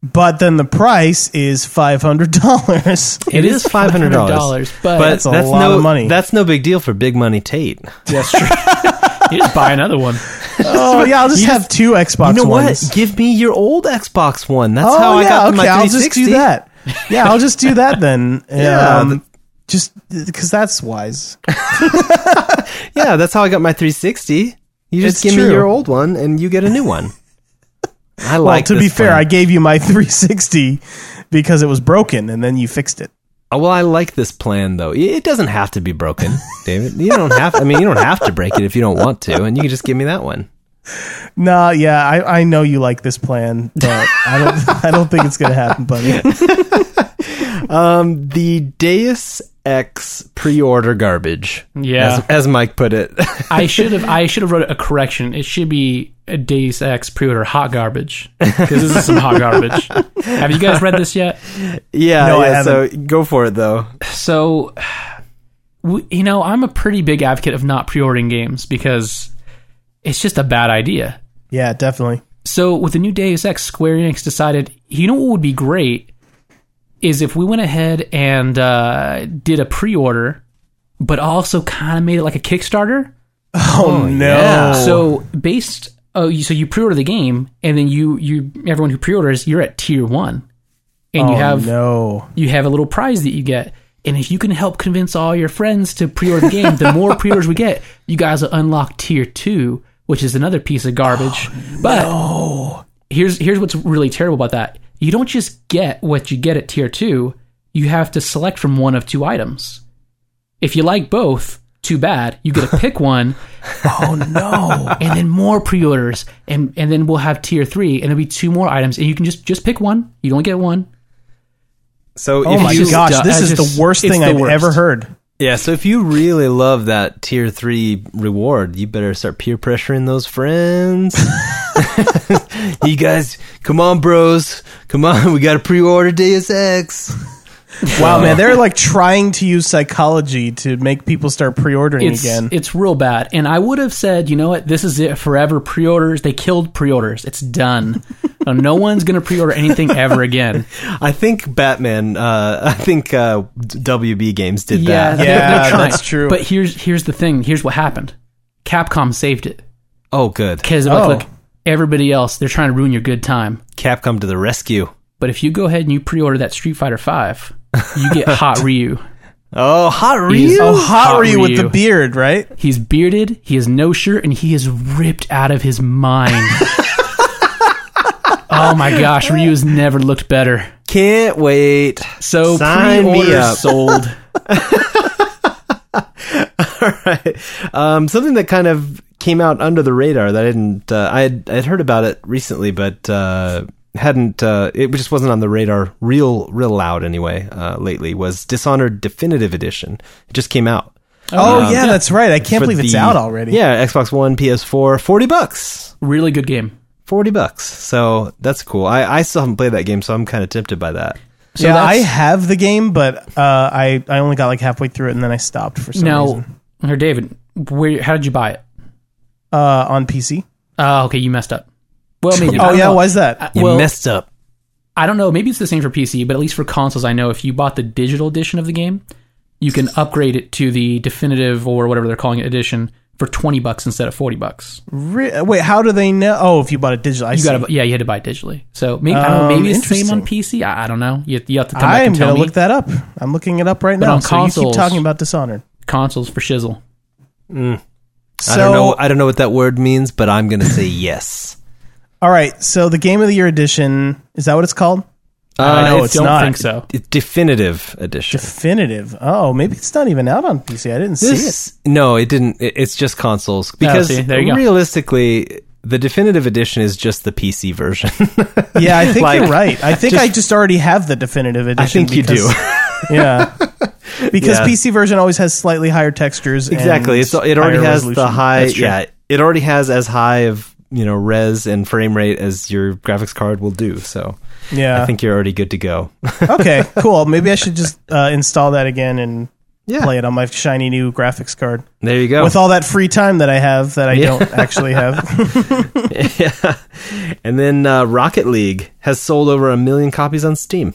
S3: But then the price is five hundred dollars.
S1: it is five hundred dollars,
S2: $500, but
S1: but
S2: that's
S3: a lot
S1: no
S3: of money.
S1: That's no big deal for Big Money Tate.
S2: That's true. you just buy another one.
S3: oh yeah, I'll just have two Xbox
S1: You know
S3: ones.
S1: what? Give me your old Xbox One. That's
S3: Oh
S1: how I
S3: yeah,
S1: got
S3: okay.
S1: my 360.
S3: I'll just do that. Yeah, I'll just do that then.
S1: Yeah,
S3: um, just because that's wise.
S1: Yeah, that's how I got my 360. You just
S3: It's
S1: give me
S3: true.
S1: your old one and you get a new one. I
S3: Well,
S1: like.
S3: to be
S1: this
S3: fair, I
S1: plan.
S3: gave you my 360 because it was broken, and then you fixed it.
S1: Oh, well, I like this plan though. It it doesn't have to be broken, David. You don't have. I mean, you don't have to break it if you don't want to, and you can just give me that one.
S3: No, yeah, I, I know you like this plan, but I don't. I don't think it's gonna happen, buddy.
S1: Um, the Deus Ex pre-order garbage.
S2: Yeah.
S1: as, as Mike put it.
S2: I should have I should have wrote a correction. It should be a Deus Ex pre-order hot garbage because this is some hot garbage. Have you guys read this yet?
S1: yeah,
S3: No, I
S1: yeah. So go for it though.
S2: So, w- you know, I'm a pretty big advocate of not pre-ordering games because it's just a bad idea.
S3: Yeah, definitely.
S2: So with the new Deus Ex, Square Enix decided, you know what would be great is if we went ahead and uh, did a pre-order, but also kind of made it like a Kickstarter.
S3: Oh, no.
S2: So based, oh, you, so you pre-order the game, and then you you everyone who pre-orders, you're at tier one, and you
S3: Oh,
S2: have
S3: no.
S2: you have a little prize that you get. And if you can help convince all your friends to pre-order the game, the more pre-orders we get, you guys will unlock tier two, which is another piece of garbage. but here's here's what's really terrible about that. You don't just get what you get at tier two. You have to select from one of two items. If you like both, too bad. You get to pick one. oh no! And then more pre-orders, and and then we'll have tier three, and there'll be two more items, and you can just just pick one. You don't get one.
S1: So
S3: Oh
S1: if
S3: my
S1: you,
S2: just-
S3: gosh, this
S2: I
S3: is
S2: just-
S3: the worst
S2: it's
S3: thing
S2: the
S3: I've
S2: worst.
S3: ever heard.
S1: yeah, so if you really love that tier three reward, you better start peer pressuring those friends. you guys, come on, bros, come on, we got to pre-order Deus Ex.
S3: Wow, man, they're like trying to use psychology to make people start pre-ordering
S2: It's
S3: again.
S2: it's real bad. And I would have said, you know what? This is it forever. Pre-orders. They killed pre-orders. It's done. no, no one's gonna pre-order anything ever again.
S1: I think Batman. Uh, I think uh, WB Games did
S2: Yeah,
S1: that.
S2: they're-
S3: Yeah,
S2: they're trying.
S3: that's true.
S2: But here's here's the thing. Here's what happened. Capcom saved it
S1: Oh, good.
S2: because like,
S3: Oh.
S2: look, everybody else they're trying to ruin your good time.
S1: Capcom to the rescue.
S2: But if you go ahead and you pre-order that Street Fighter Five, you get Hot Ryu.
S1: Oh, hot
S2: He's-
S1: Ryu.
S3: oh, hot
S2: Hot
S3: Ryu with
S2: Ryu.
S3: the beard, right?
S2: He's bearded. He has no shirt, and he is ripped out of his mind. oh my gosh, Ryu's never looked better.
S1: Can't wait.
S2: So
S1: Sign me
S2: pre-orders
S1: up.
S2: sold.
S1: Um, something that kind of came out under the radar that I didn't. Uh, I had I'd heard about it recently, but uh, hadn't. Uh, it just wasn't on the radar real real loud anyway. Uh, lately was Dishonored Definitive Edition. It just came out.
S3: Oh, yeah, that's right. I can't
S1: For
S3: believe it's
S1: the-
S3: out already.
S1: Yeah, Xbox One, PS4, forty bucks.
S2: Really good game.
S1: 40 bucks. So that's cool. I, I still haven't played that game, so I'm kind of tempted by that.
S3: yeah, I
S2: that's-
S3: have the game, but uh, I I only got like halfway through it and then I stopped for some
S2: Now,
S3: reason.
S2: or David, where? How did you buy it?
S3: Uh, on PC.
S2: Oh, okay, you messed up. Well, maybe. I
S3: Oh
S2: don't
S3: yeah,
S2: know.
S3: why is that?
S1: You
S2: well,
S1: messed up.
S2: I don't know. Maybe it's the same for PC, but at least for consoles, I know if you bought the digital edition of the game, you can upgrade it to the definitive or whatever they're calling it edition for twenty bucks instead of forty bucks.
S3: Re- wait, how do they know? Oh, if you bought it digital, I
S2: You
S3: see.
S2: got to, yeah, you had to buy it digitally. So maybe I don't know,
S3: Um,
S2: maybe it's the same on
S3: interesting.
S2: PC. I, I don't know. You, you have to come back
S3: I'm
S2: and
S3: gonna
S2: tell me.
S3: look that up. I'm looking it up right now.
S2: on
S3: so you keep
S2: consoles-
S3: talking about Dishonored.
S2: Consoles for shizzle.
S3: So,
S1: I don't know. I don't know what that word means, but I'm gonna say yes.
S3: all right. So the Game of the Year edition is that what it's called?
S1: Uh,
S3: know
S2: I
S3: it's
S2: don't
S3: not.
S2: think so.
S1: it's definitive edition.
S3: Definitive. Oh, maybe it's not even out on PC. I didn't see it. Oh,
S1: This- No, it didn't. It- it's just consoles because
S2: see, there you go.
S1: realistically, the definitive edition is just the PC version.
S3: Yeah, I think
S1: Like,
S3: you're right. I think I just already have the definitive edition.
S1: I think you do.
S3: do. yeah, because
S1: Yeah.
S3: PC version always has slightly higher textures.
S1: exactly.
S3: and
S1: It's it already
S3: higher
S1: has
S3: resolution.
S1: the high.
S3: That's true.
S1: Yeah, it already has as high of you know res and frame rate as your graphics card will do. So
S3: Yeah. Oh,
S1: I think you're already good to go.
S3: okay. Cool. Maybe I should just uh, install that again and
S1: yeah, Oh.
S3: play it on my shiny new graphics card
S1: there you go.
S3: with all that free time that I have that I don't actually have.
S1: yeah. And then uh, Rocket League has sold over a million copies on Steam.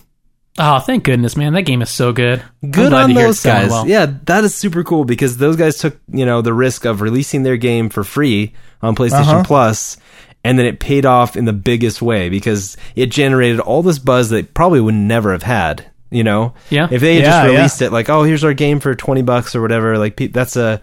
S2: Oh, thank goodness, man! That game is so good. I'm
S1: Good
S2: glad
S1: on
S2: to hear
S1: those
S2: it's going
S1: guys.
S2: well.
S1: Yeah, that is super cool because those guys took, you know, the risk of releasing their game for free on PlayStation
S2: Uh-huh.
S1: Plus and then it paid off in the biggest way because it generated all this buzz that probably would never have had, you know.
S2: Yeah.
S1: If they had
S3: Yeah,
S1: just
S3: yeah.
S1: released it like, "Oh, here's our game for 20 bucks or whatever." Like pe- that's a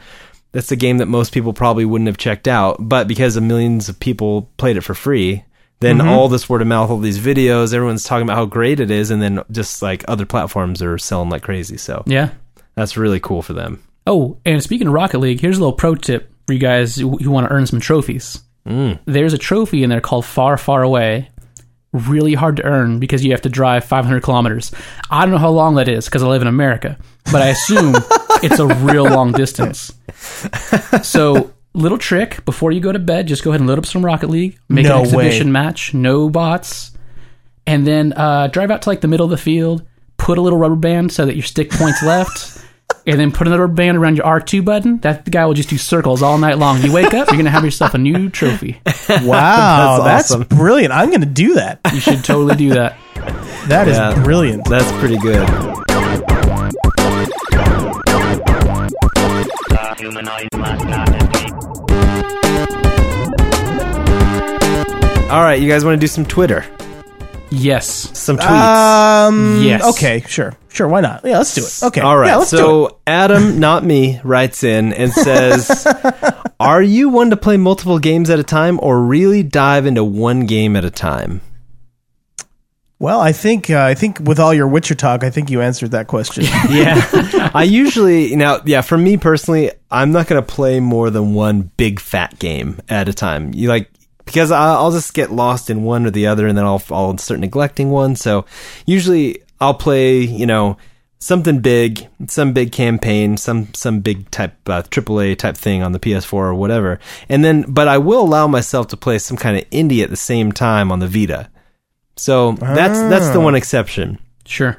S1: that's a game that most people probably wouldn't have checked out, but because of millions of people played it for free, then all this word of mouth, all these videos, everyone's talking about how great it is, and then just like other platforms are selling like crazy. So
S2: Yeah.
S1: that's really cool for them.
S2: Oh, and speaking of Rocket League, here's a little pro tip for you guys who, who want to earn some trophies. There's a trophy in there called Far, Far Away. Really hard to earn because you have to drive 500 kilometers. I don't know how long that is because I live in America, but I assume it's a real long distance. So, little trick before you go to bed, just go ahead and load up some Rocket League, make
S3: No
S2: an
S3: way.
S2: exhibition match, no bots, and then uh, drive out to like the middle of the field, put a little rubber band so that your stick points left, and then put another band around your R2 button. That guy will just do circles all night long. You wake up, you're going to have yourself a new trophy.
S3: Wow, that's,
S1: That's awesome.
S3: brilliant. I'm going to do that.
S2: You should totally do that.
S3: That is
S1: Yeah.
S3: brilliant.
S1: That's pretty good.
S4: The humanoid must not escape.
S1: All right, you guys want to do some Twitter,
S2: Yes.
S1: some tweets?
S3: Um,
S2: Yes.
S3: Okay, sure. Sure, why not? Yeah, let's do it. Uh, Okay.
S1: All right.
S3: Yeah, let's do it.
S1: so Adam, not me, writes in and says, "Are you one to play multiple games at a time, or really dive into one game at a time?"
S3: Well, I think uh, I think with all your Witcher talk, I think you answered that question.
S1: Yeah, I usually now. Yeah, for me personally, I'm not going to play more than one big fat game at a time. You like because I, I'll just get lost in one or the other, and then I'll I'll start neglecting one. So usually I'll play you know something big, some big campaign, some some big type uh, AAA type thing on the PS4 or whatever, and then but I will allow myself to play some kind of indie at the same time on the Vita. So that's that's the one exception
S2: Sure.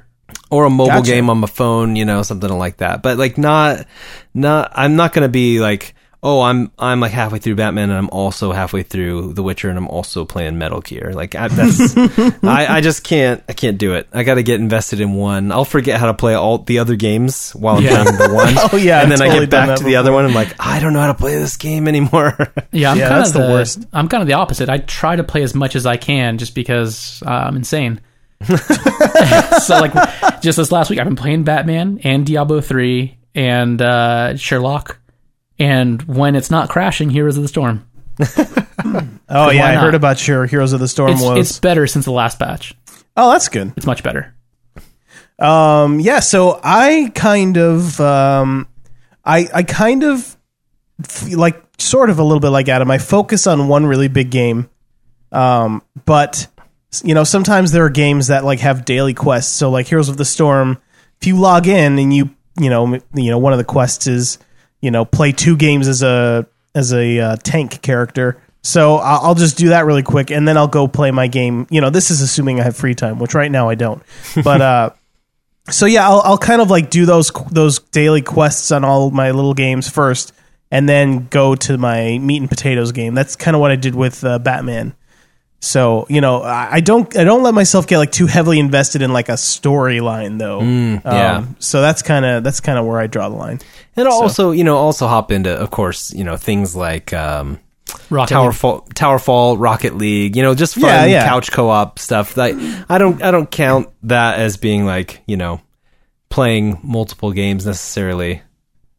S1: or a mobile
S3: Gotcha.
S1: game on my phone, you know, something like that. But like not not I'm not going to be like, "Oh, I'm I'm like halfway through Batman and I'm also halfway through The Witcher and I'm also playing Metal Gear." Like I, that's I I just can't I can't do it. I got to get invested in one. I'll forget how to play all the other games while I'm
S2: Yeah.
S1: playing the one.
S3: Oh, yeah,
S1: and then
S3: I've
S1: I
S3: totally
S1: get
S3: done
S1: back
S3: that
S1: to the other one and I'm like, "I don't know how to play this game anymore."
S2: Yeah, I'm
S3: Yeah,
S2: kind
S3: that's
S2: of
S3: the
S2: the,
S3: worst.
S2: I'm kind of the opposite. I try to play as much as I can just because uh, I'm insane. so like just this last week I've been playing Batman and Diablo 3 and uh, Sherlock and when it's not crashing Heroes of the Storm.
S3: Oh yeah, I
S2: not?
S3: heard about your Heroes of the Storm
S2: It's,
S3: was.
S2: it's better since the last batch.
S3: oh, that's good.
S2: It's much better.
S3: Um, yeah, so I kind of, um, I I kind of f- like sort of a little bit like Adam. I focus on one really big game, um, but you know sometimes there are games that like have daily quests. So like Heroes of the Storm, if you log in and you you know m- you know one of the quests is you know play two games as a as a uh, tank character. So I- I'll just do that really quick, and then I'll go play my game. You know, this is assuming I have free time, which right now I don't. But uh, so yeah, I'll, I'll kind of like do those those daily quests on all my little games first, and then go to my meat and potatoes game. That's kind of what I did with uh, Batman. So you know, I, I don't I don't let myself get like too heavily invested in like a storyline though.
S2: Mm,
S3: Um,
S1: yeah.
S3: so that's kind of that's kind of where I draw the line.
S1: And I'll also, you know, also hop into of course, you know, things like um
S2: Rocket League.
S1: Towerfall, Towerfall, Rocket League, you know, just fun
S3: Yeah, yeah.
S1: couch co-op stuff. Like, I don't, I don't count that as being like, you know, playing multiple games necessarily,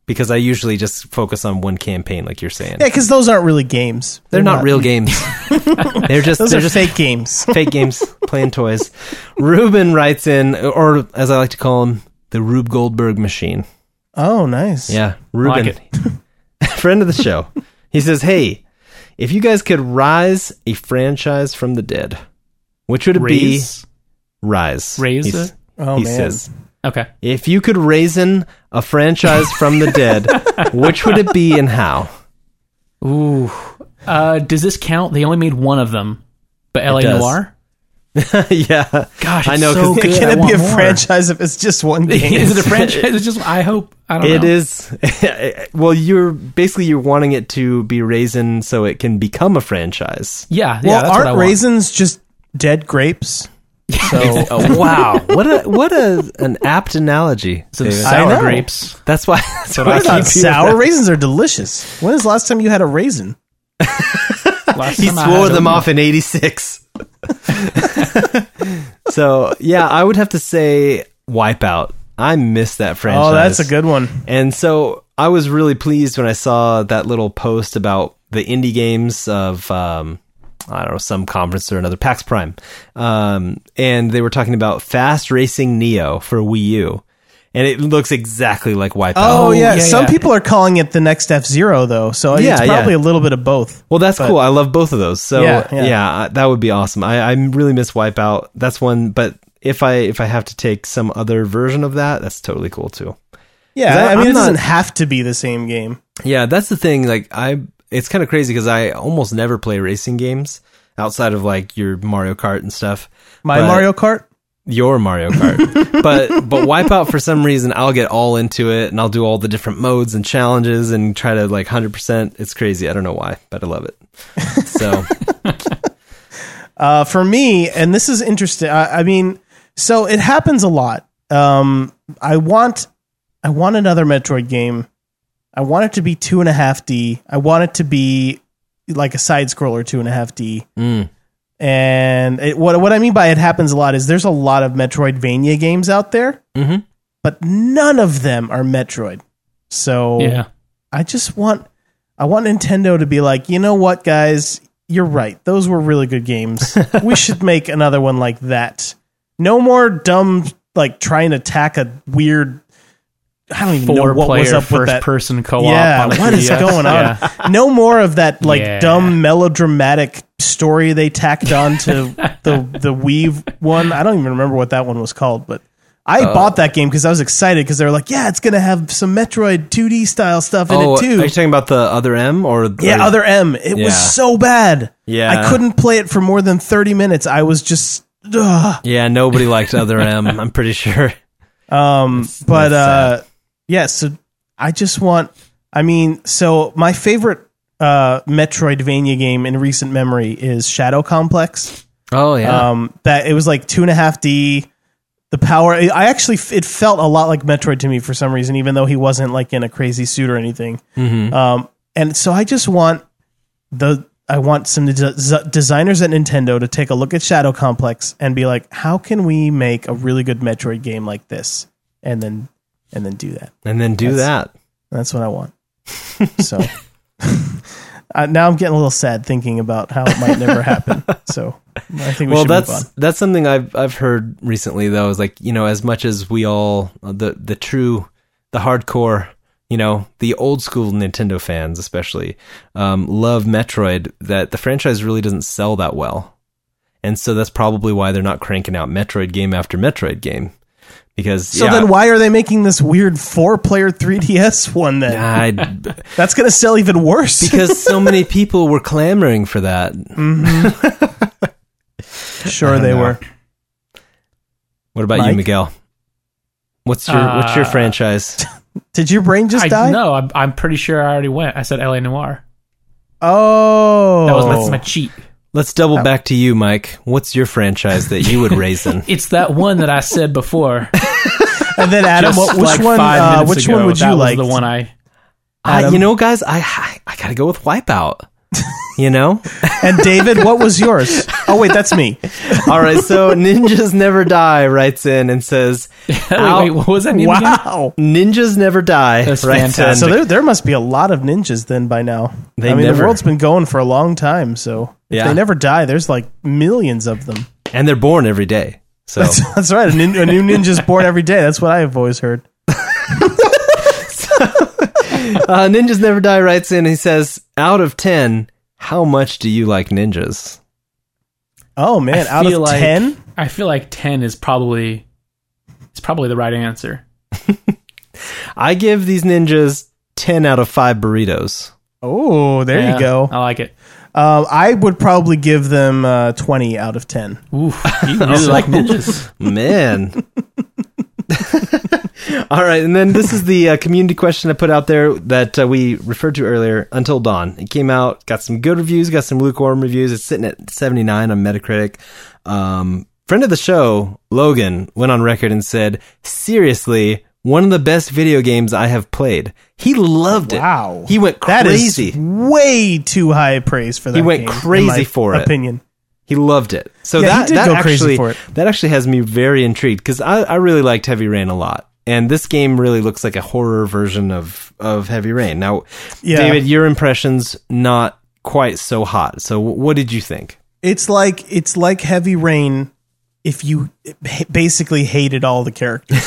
S1: because I usually just focus on one campaign, like you're saying.
S3: Yeah, because those aren't really games.
S1: they're, not, real games. they're just
S3: Those
S1: they're
S3: are
S1: just
S3: fake games.
S1: fake games, playing toys. Ruben writes in, or as I like to call him, the Rube Goldberg machine.
S3: Oh, nice.
S1: Yeah, Ruben,
S2: like
S1: friend of the show. He says, "Hey, if you guys could rise a franchise from the dead, which would it
S2: Raise?
S1: be? Rise,
S2: Raise
S1: He's-
S2: it?
S3: Oh
S1: he
S3: man.
S1: says,
S2: Okay.
S1: if you could raise in a franchise from the dead, which would it be and how?
S2: Ooh. Uh, does this count? They only made one of them. But LA
S1: does.
S2: Noir?
S1: yeah,
S2: Gosh,
S1: I
S2: it's
S1: know.
S2: so
S1: 'cause
S2: good.
S3: Can
S2: I
S3: it be
S2: want
S3: a
S2: more.
S3: franchise if it's just one game?
S2: Is it a franchise? It's just I hope I don't
S1: It
S2: know.
S1: is well. You're basically you're wanting it to be raisin so it can become a franchise.
S2: Yeah, yeah,
S3: Well,
S2: that's what I
S3: aren't
S2: want.
S3: raisins just dead grapes? So
S1: Oh, wow, what a what a an apt analogy.
S2: Some
S1: David.
S3: I know.
S2: sour grapes.
S1: That's why. That's
S3: They're
S1: why I
S3: not
S1: keep you-
S3: sour. Raisins are delicious. When is the last time you had a raisin?
S2: Last
S1: he
S2: time I
S1: swore
S2: had
S1: them
S2: oatmeal.
S1: off in 86 so yeah i would have to say wipeout i miss that franchise
S3: Oh, that's a good one.
S1: and so i was really pleased when i saw that little post about the indie games of um I don't know some conference or another PAX Prime, um, and they were talking about Fast Racing Neo for Wii U, and it looks exactly like Wipeout.
S3: Oh, yeah.
S2: yeah,
S3: Some
S2: yeah.
S3: people are calling it the next F Zero though, so
S1: Yeah,
S3: it's
S1: yeah.
S3: probably a little bit of both.
S1: Well, that's cool. I love both of those. So
S3: Yeah,
S1: yeah,
S3: yeah.
S1: I- that would be awesome. I, I really miss Wipeout. That's one. But if I if I have to take some other version of that, that's totally cool too.
S3: Yeah,
S1: That-
S3: I mean,
S1: I'm
S3: it doesn't
S1: not-
S3: have to be the same game.
S1: Yeah, that's the thing. Like I, it's kind of crazy because I almost never play racing games outside of like your Mario Kart and stuff.
S3: My
S1: But-
S3: Mario Kart.
S1: your Mario Kart. but but Wipeout for some reason I'll get all into it and I'll do all the different modes and challenges and try to like 100%. It's crazy. I don't know why, but I love it. So
S3: Uh, for me, and this is interesting. I, I mean, so it happens a lot. Um, I want, I want another Metroid game. I want it to be two and a half D. I want it to be like a side scroller two and a half D. And it, what what I mean by it happens a lot is there's a lot of Metroidvania games out there,
S1: Mhm.
S3: but none of them are Metroid. So
S2: Yeah.
S3: I just want I want Nintendo to be like, you know what, guys, you're right. Those were really good games. we should make another one like that. No more dumb like trying to attack a weird. I don't even know
S2: Four
S3: what was
S2: player
S3: up with
S2: first
S3: that.
S2: person co op.
S3: yeah,
S2: on a
S3: what is
S2: 3DS.
S3: going on?
S2: Yeah.
S3: No more of that like
S2: Yeah.
S3: dumb melodramatic story they tacked on to the the Weave one. I don't even remember what that one was called, but I
S1: Uh,
S3: bought that game because I was excited because they were like, yeah, it's gonna have some Metroid 2D style stuff in
S1: Oh,
S3: it too.
S1: are you talking about the other M or
S3: Yeah,
S1: or-
S3: other M. It
S1: Yeah.
S3: was so bad.
S1: Yeah.
S3: I couldn't play it for more than 30 minutes. I was just ugh.
S1: Yeah, nobody liked other M. I'm pretty sure.
S3: um but
S1: that's
S3: uh yeah, so I just want I mean, so my favorite uh Metroidvania game in recent memory is Shadow Complex.
S1: Oh yeah,
S3: Um that it was like two and a half D. The power I actually it felt a lot like Metroid to me for some reason, even though he wasn't like in a crazy suit or anything.
S1: Mm-hmm.
S3: Um, and so I just want the I want some des- designers at Nintendo to take a look at Shadow Complex and be like, how can we make a really good Metroid game like this? And then and then do that.
S1: and then do that.
S3: That's what I want. So uh, now I'm getting a little sad thinking about how it might never happen. So I think we
S1: Well,
S3: should move on.
S1: that's that's something I've I've heard recently though. Is like you know, as much as we all uh, the the true the hardcore, you know, the old school Nintendo fans especially um, love Metroid. That the franchise really doesn't sell that well, and so that's probably why they're not cranking out Metroid game after Metroid game. Because
S3: So
S1: yeah,
S3: then why are they making this weird four player 3DS one then?
S1: I,
S3: That's going to sell even worse.
S1: because so many people were clamoring for that.
S3: sure they
S1: know.
S3: were.
S1: What about you,
S3: Mike?
S1: Miguel? What's your what's your
S2: Uh,
S1: franchise?
S3: Did your brain just
S2: I,
S3: die?
S2: no, I'm, I'm pretty sure I already went. I said LA Noir.
S3: Oh.
S2: That was that's my cheat.
S1: Let's double back to you, Mike. What's your franchise that you would raise in?
S2: It's that one that I said before.
S3: And then Adam,
S2: just
S3: what, which
S2: like
S3: one?
S2: five
S3: Uh,
S2: minutes
S3: which
S2: ago.
S3: one would
S2: That
S3: you
S2: was
S3: like?
S2: The one I.
S1: I,
S3: Adam?
S1: Uh, you know, guys, I I, I got to go with Wipeout. You know.
S3: and David, what was yours? Oh wait, that's me.
S1: All right. So ninjas never die writes in and says,
S2: wait, what was that name again?
S3: Wow.
S1: "Ninjas never die."
S2: That's
S1: writes in.
S3: So there, there must be a lot of ninjas then by now.
S1: They
S3: I mean,
S1: never-
S3: the world's been going for a long time, so if
S1: Yeah.
S3: they never die, there's like millions of them.
S1: and they're born every day. So
S3: That's right. A, nin- a new ninja's born every day. That's what I've always heard.
S1: uh, ninjas never die writes in. He says, "Out of ten, how much do you like ninjas?"
S3: Oh man,
S2: I
S3: out
S2: feel
S3: of
S2: like-
S3: ten,
S2: I feel like ten is probably it's probably the right answer.
S1: I give these ninjas ten out of five burritos.
S3: oh, there
S2: Yeah,
S3: you go.
S2: I like it.
S3: Um, I would probably give them uh, twenty out of ten.
S2: Ooh, you really like ninjas.
S1: Man. All right, and then this is the uh, community question I put out there that uh, we referred to earlier. Until Dawn, it came out, got some good reviews, got some lukewarm reviews. It's sitting at seventy nine on Metacritic. Um, friend of the show, Logan, went on record and said, "Seriously, one of the best video games I have played." He loved it.
S3: Wow.
S1: he went
S3: That is
S1: crazy.
S3: way too high praise for that.
S1: went
S3: game, in
S1: crazy
S3: my
S1: for it.
S3: Opinion.
S1: He loved it. So
S3: Yeah, he
S1: that
S3: did
S1: that
S3: go
S1: actually
S3: crazy for it.
S1: that actually has me very intrigued because I, I really liked Heavy Rain a lot, and this game really looks like a horror version of of Heavy Rain. Now,
S3: Yeah.
S1: David, your impressions not quite so hot. So wh- what did you think?
S3: It's like it's like heavy rain. If you h- basically hated all the characters.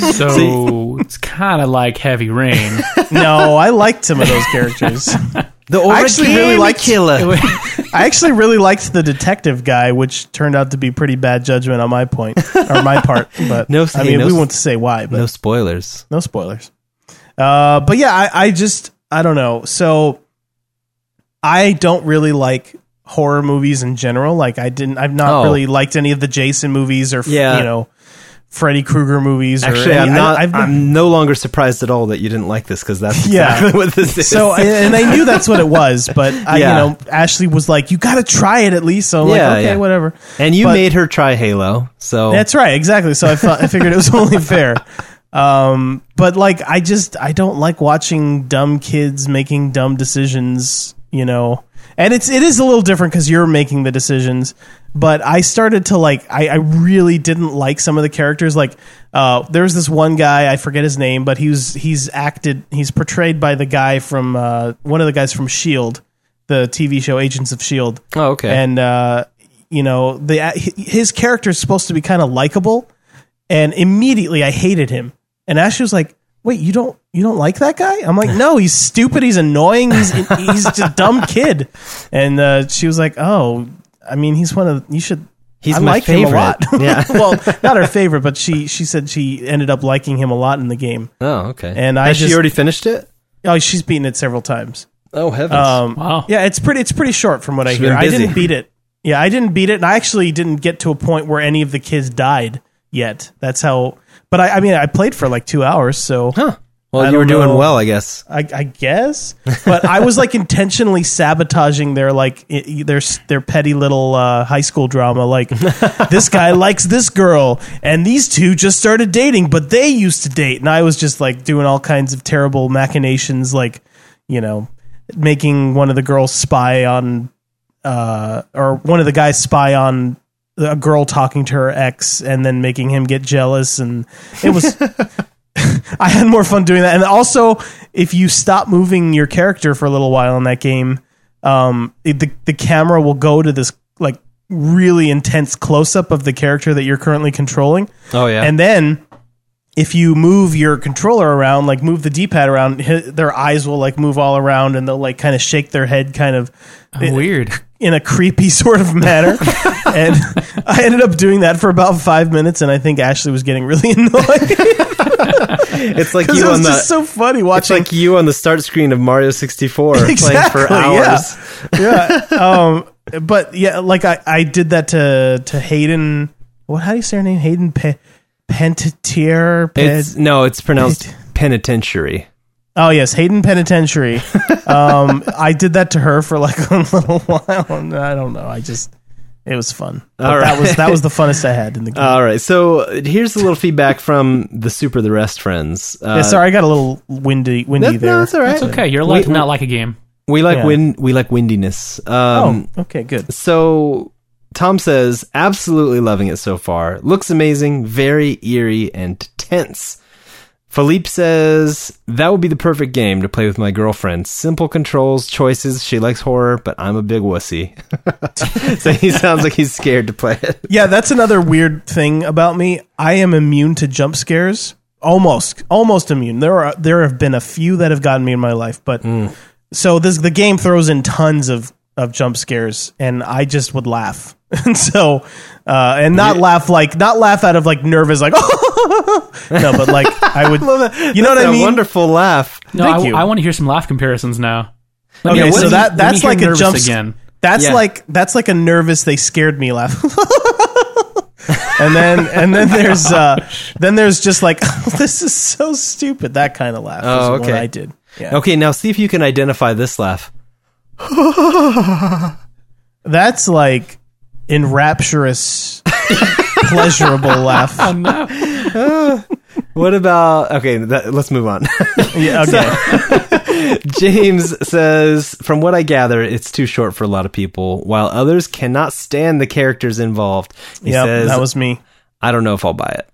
S2: So it's kind of like heavy rain.
S3: no, I liked some of those characters.
S1: The
S3: actually really
S1: origami
S3: liked-
S1: killer.
S3: I actually really liked the detective guy, which turned out to be pretty bad judgment on my point or my part. But
S1: No,
S3: I
S1: hey,
S3: mean,
S1: no-
S3: we won't say why. But
S1: No spoilers.
S3: no spoilers. Uh, but yeah, I, I just I don't know. So I don't really like horror movies in general. Like I didn't, I've not
S1: Oh.
S3: really liked any of the Jason movies or
S1: Yeah.
S3: you know Freddy Krueger movies.
S1: Actually,
S3: or
S1: I'm
S3: any- I-
S1: not.
S3: I've-
S1: I'm no longer surprised at all that you didn't like this because that's
S3: Yeah.
S1: exactly what this is.
S3: so and and I knew that's what it was, but I,
S1: Yeah.
S3: you know Ashley was like, "You got to try it at least." So I'm
S1: Yeah,
S3: like, "Okay,
S1: yeah.
S3: whatever."
S1: and you
S3: but-
S1: made her try Halo. So
S3: That's right, exactly. So I thought I figured it was only fair. Um, but like I just I don't like watching dumb kids making dumb decisions. You know, and it's it is a little different because you're making the decisions. But I started to like I, I really didn't like some of the characters. Like uh, there was this one guy I forget his name, but he was he's acted he's portrayed by the guy from uh, one of the guys from Shield, the TV show Agents of Shield.
S1: Oh, okay.
S3: And uh, you know the uh, his character is supposed to be kind of likable, and immediately I hated him. And Ashley was like, "Wait, you don't you don't like that guy?" I'm like, "No, he's stupid. He's annoying. He's he's just a dumb kid." And uh, she was like, "Oh, I mean, he's one of you should."
S1: He's
S3: I
S1: my
S3: liked him a
S1: favorite."
S3: lot.
S1: Yeah.
S3: well, not her favorite, but she she said she ended up liking him a lot in the game.
S1: oh, okay.
S3: And I
S1: Has
S3: just-
S1: she already finished it?
S3: Oh, she's beaten it several times.
S1: Oh heavens!
S3: Um,
S2: Wow.
S3: Yeah, it's pretty. It's pretty short from what I
S1: She's
S3: hear.
S1: been
S3: I
S1: busy.
S3: didn't beat it. Yeah, I didn't beat it, and I actually didn't get to a point where any of the kids died yet. That's how. But I, I mean, I played for like two hours, so
S1: huh.
S3: I
S1: Well, you
S3: don't
S1: were doing
S3: know.
S1: well, I guess.
S3: I, I guess. But I was like intentionally sabotaging their like i- i- their s- their petty little uh, high school drama. Like this guy likes this girl, and these two just started dating, but they used to date, and I was just like doing all kinds of terrible machinations, like you know, making one of the girls spy on uh, or one of the guys spy on a girl talking to her ex and then making him get jealous and it was I had more fun doing that. And also, if you stop moving your character for a little while in that game, um, it, the the camera will go to this like really intense close up of the character that you're currently controlling.
S1: Oh yeah.
S3: And then if you move your controller around, like move the D-pad around, hi- their eyes will like move all around and they'll like kind of shake their head kind of
S2: Weird.
S3: in a creepy sort of manner. and I ended up doing that for about 5 minutes and I think Ashley was getting really annoyed.
S1: it's like
S3: Because it
S1: you
S3: was
S1: on the.
S3: just so funny
S1: it's
S3: watching.
S1: like you on the start screen of Mario 64 playing for
S3: Exactly,
S1: hours.
S3: yeah. Um, but yeah, like I, I did that to to Hayden. What? How do you say her name? Hayden Pe- Pentatier. Pe-
S1: It's no, it's pronounced
S3: Pet-
S1: penitentiary.
S3: oh yes, Hayden Penitentiary. um, I did that to her for like a little while. and I don't know. I just it was fun. But
S1: All
S3: That was
S1: right.
S3: that was the funnest I had in the game.
S1: All right, so uh, here's a little feedback from the Super the Rest friends. Uh,
S3: Yeah, sorry, I got a little windy windy
S1: that-
S3: there.
S1: no, that's all right.
S2: It's okay. You're allowed to not like a game.
S1: We like
S3: Yeah.
S1: wind. We like windiness.
S3: Oh,
S1: Um,
S3: okay, good.
S1: So Tom says, absolutely loving it so far. Looks amazing, very eerie and tense. Philippe says, that would be the perfect game to play with my girlfriend. Simple controls, choices. She likes horror, but I'm a big wussy. so he sounds like he's scared to play it.
S3: Yeah, that's another weird thing about me. I am immune to jump scares. Almost, almost immune. There are there have been a few that have gotten me in my life, but so this the game throws in tons of of jump scares, and I just would laugh, and so uh, and not laugh like not laugh out of like nervous like no, but like I would you know what
S1: That's
S3: I
S1: a
S3: mean.
S1: wonderful laugh.
S2: No,
S3: Thank
S2: I,
S3: you.
S2: I want to hear some laugh comparisons now. Let
S3: Okay,
S2: let
S3: so that
S2: let
S3: that's
S2: hear
S3: like a
S2: nervous
S3: jump s-
S2: again.
S3: That's
S1: Yeah.
S3: like that's like a nervous they scared me laugh. and then and
S1: Oh
S3: then there's uh then there's just like this is so stupid that kind of laugh.
S1: Oh,
S3: is
S1: okay.
S3: What I did. Yeah.
S1: Okay, now see if you can identify this laugh.
S3: That's like enrapturous pleasurable laugh.
S1: What about okay? That, let's move on.
S3: Yeah, okay.
S1: James says, from what I gather, it's too short for a lot of people, while others cannot stand the characters involved. He
S3: yeah,
S1: says,
S3: that was me.
S1: I don't know if I'll buy it.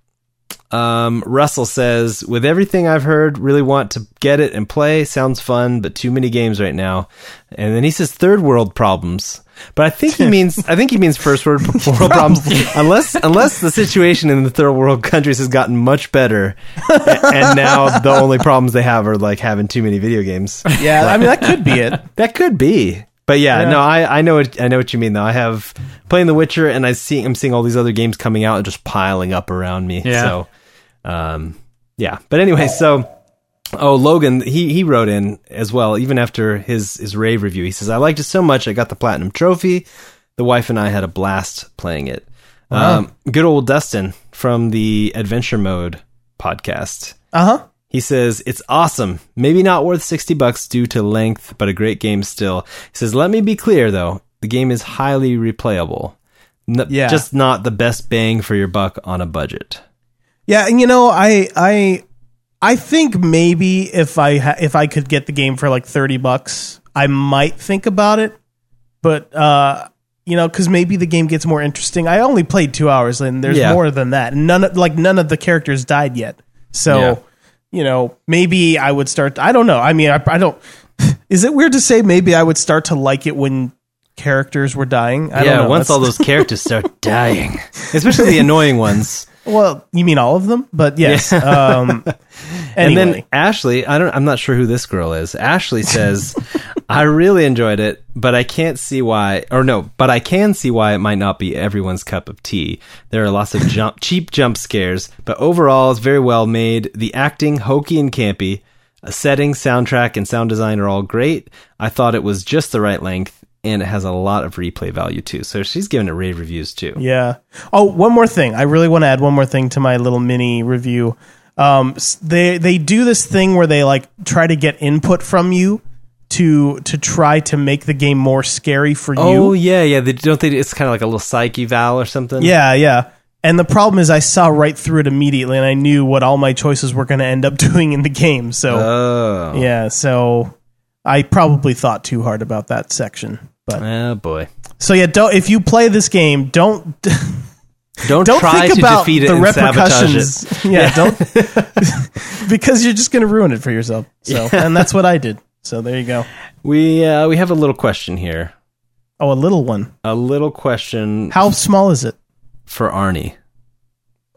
S1: Um, Russell says, with everything I've heard, really want to get it and play. Sounds fun, but too many games right now. And then he says, third world problems. But I think he means I think he means first world, world problems. Unless unless the situation in the third world countries has gotten much better, A- and now the only problems they have are like having too many video games.
S3: Yeah, I mean that could be it.
S1: That could be. But yeah,
S3: Yeah.
S1: no, I, I know what I know what you mean though. I have playing The Witcher and I see I'm seeing all these other games coming out and just piling up around me.
S2: Yeah.
S1: So um yeah. But anyway, so oh Logan, he he wrote in as well, even after his his rave review. He says, I liked it so much I got the platinum trophy. The wife and I had a blast playing it. Um, good old Dustin from the Adventure Mode podcast.
S3: Uh-huh.
S1: He says, It's awesome. Maybe not worth 60 bucks due to length, but a great game still. He says, Let me be clear though, the game is highly replayable. N-
S3: Yeah.
S1: Just not the best bang for your buck on a budget.
S3: Yeah, and you know, I I I think maybe if I ha- if I could get the game for like 30 bucks, I might think about it. but uh, you know, because maybe the game gets more interesting. I only played two hours, and there's
S1: Yeah.
S3: more than that. None of, like none of the characters died yet, so
S1: Yeah.
S3: you know, maybe I would start. I don't know. I mean, I, I don't. Is it weird to say maybe I would start to like it when characters were dying? I don't
S1: yeah,
S3: know.
S1: once
S3: That's-
S1: all those characters start dying, especially the annoying ones.
S3: Well, you mean all of them, but yes. Um,
S1: And
S3: anyway.
S1: then Ashley, I don't I'm not sure who this girl is. Ashley says, "I really enjoyed it, but I can't see why or no, but I can see why it might not be everyone's cup of tea. There are lots of jump cheap jump scares, but overall it's very well made. The acting hokey and campy, a setting, soundtrack and sound design are all great. I thought it was just the right length and it has a lot of replay value too. So she's giving it rave reviews too.
S3: Yeah. Oh, one more thing. I really want to add one more thing to my little mini review. Um, s- they they do this thing where they like try to get input from you to to try to make the game more scary for you.
S1: Oh yeah, yeah. They, don't they? It's kind of like a little psyche val or something.
S3: Yeah, yeah. And the problem is, I saw right through it immediately, and I knew what all my choices were going to end up doing in the game. So
S1: Oh.
S3: yeah, so I probably thought too hard about that section. But
S1: Oh boy.
S3: so yeah, don't if you play this game, don't
S1: Don't,
S3: don't
S1: try
S3: think
S1: to
S3: about
S1: defeat it
S3: the
S1: and
S3: repercussions.
S1: sabotage it.
S3: Yeah, don't because you're just going to ruin it for yourself. So, and that's what I did. So there you go.
S1: We uh, we have a little question here.
S3: Oh, a little one.
S1: A little question
S3: How small is it?
S1: for Arnie.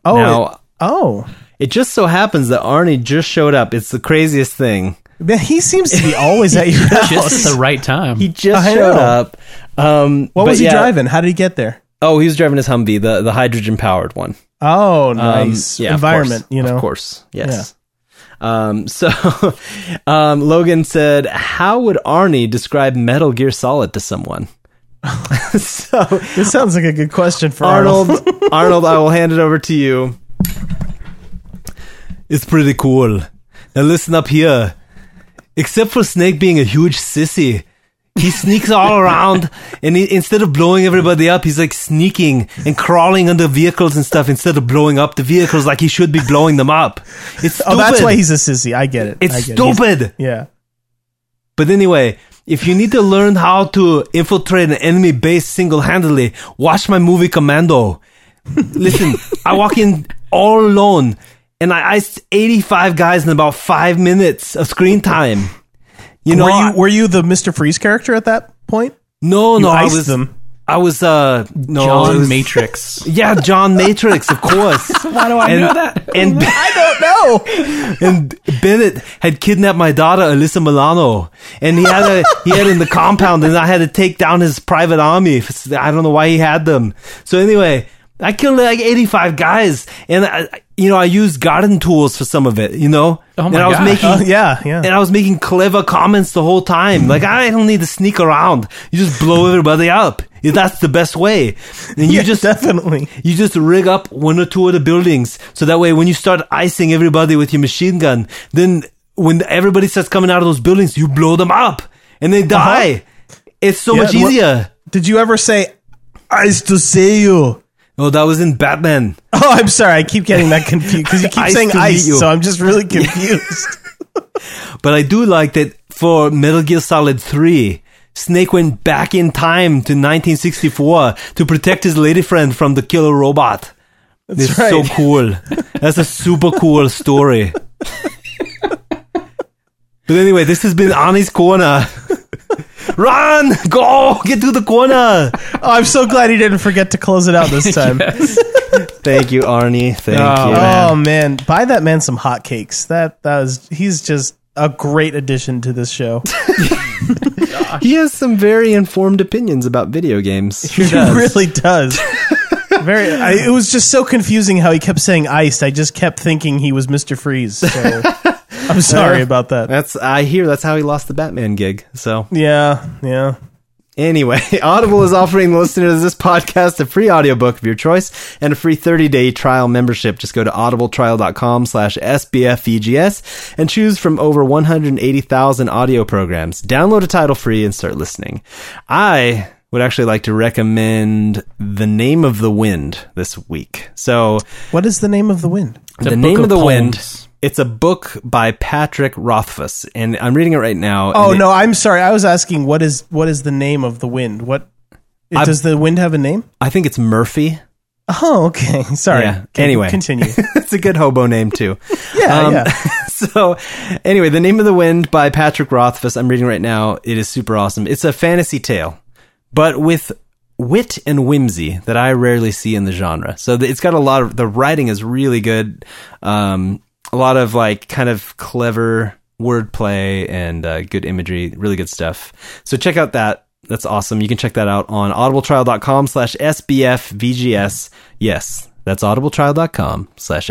S3: Oh,
S1: now
S3: it- oh.
S1: it just so happens that Arnie just showed up. It's the craziest thing.
S3: Man, he seems to be always at your
S2: Just
S3: house.
S2: the right time.
S1: He just
S3: I
S1: showed
S3: know.
S1: up. Um,
S3: Oh, What
S1: but
S3: was he
S1: yeah-
S3: driving? How did he get there?
S1: Oh, he was driving his Humvee, the the hydrogen powered one.
S3: Oh,
S1: Um,
S3: nice
S1: yeah, of
S3: environment.
S1: course.
S3: You know,
S1: of course, yes. Um, so, um, Logan said, "How would Arnie describe Metal Gear Solid to someone?" so,
S3: This sounds like a good question for Arnold.
S1: Arnold, Arnold, I will hand it over to you. It's pretty cool. Now listen up here. Except for Snake being a huge sissy, he sneaks all around, and he, instead of blowing everybody up, he's like sneaking and crawling under vehicles and stuff instead of blowing up the vehicles like he should be blowing them up. It's stupid.
S3: Oh, that's why he's a sissy. I get it. I
S1: It's
S3: get it. He's-
S1: stupid.
S3: Yeah.
S1: But anyway, if you need to learn how to infiltrate an enemy base single handedly, watch my movie Commando. Listen, I walk in all alone and I iced 85 guys in about five minutes of screen time. You know,
S3: were
S1: I-
S3: you were you the Mister Freeze character at that point?
S1: no, no, I
S3: iced
S1: was,
S3: them?
S1: I was, uh, no, I
S2: John
S1: was-
S2: Matrix.
S1: Yeah, John Matrix, of course. Why do I know that? And
S3: I don't know.
S1: and Bennett had kidnapped my daughter Alyssa Milano, and he had a he had in the compound, and I had to take down his private army. I don't know why he had them. So anyway, I killed like eighty five guys, and I, you know I used garden tools for some of it. You know,
S2: Oh my
S1: and I was
S2: gosh.
S1: making
S3: Oh, yeah, yeah.
S1: and I was making clever comments the whole time. Like I don't need to sneak around. You just blow everybody up. That's the best way. And you
S3: yeah,
S1: just
S3: definitely.
S1: you just rig up one or two of the buildings so that way when you start icing everybody with your machine gun, then when everybody starts coming out of those buildings, you blow them up and they die. It's so
S3: Uh-huh. Yeah,
S1: much
S3: what-
S1: easier.
S3: Did you ever say "Ice to see you"?
S1: Oh, that was in Batman.
S3: Oh, I'm sorry. I keep getting that confused because you keep
S1: Ice
S3: saying
S1: to meet
S3: ice,
S1: you.
S3: so I'm just really confused.
S1: But I do like that for Metal Gear Solid 3, Snake went back in time to 1964 to protect his lady friend from the killer robot. That's it's so
S3: right.
S1: cool. That's a super cool story. but anyway, this has been Annie's Corner. Run! Go! Get to the corner!
S3: oh, I'm so glad he didn't forget to close it out this time.
S1: Thank you, Arnie. Thank
S2: Oh,
S1: you.
S2: man.
S3: Oh man, buy that man some hotcakes. That that was he's just a great addition to this show.
S1: Ah, He has some very informed opinions about video games.
S3: he really does. Very. I, it was just so confusing how he kept saying iced. I just kept thinking he was Mister Freeze. So I'm sorry about that.
S1: That's I hear that's how he lost the Batman gig. So
S3: Yeah, yeah.
S1: Anyway, Audible is offering the listeners of this podcast a free audiobook of your choice and a free 30-day trial membership. Just go to audibletrial.com slash sbfvgs E and choose from over 180,000 audio programs. Download a title free and start listening. I would actually like to recommend The Name of the Wind this week. So,
S3: What is the name of the wind?
S1: The Name of the Wind It's a book by Patrick Rothfuss, and I'm reading it right now.
S3: Oh
S1: and it-
S3: no, I'm sorry. I was asking what is what is the name of the wind? What it-
S1: I-
S3: does the wind have a name?
S1: I think it's Murphy.
S3: Oh, okay. Sorry.
S1: Yeah,
S3: Can-
S1: anyway.
S3: continue.
S1: it's a good hobo name too.
S3: Yeah,
S1: Um,
S3: yeah.
S1: so, anyway, The Name of the Wind by Patrick Rothfuss. I'm reading right now. It is super awesome. It's a fantasy tale, but with wit and whimsy that I rarely see in the genre. So th- it's got a lot of the writing is really good. Um, a lot of like kind of clever wordplay and uh, good imagery. Really good stuff. So check out that. That's awesome. You can check that out on audibletrial.com slash SBFVGS. Yes, that's audibletrial.com slash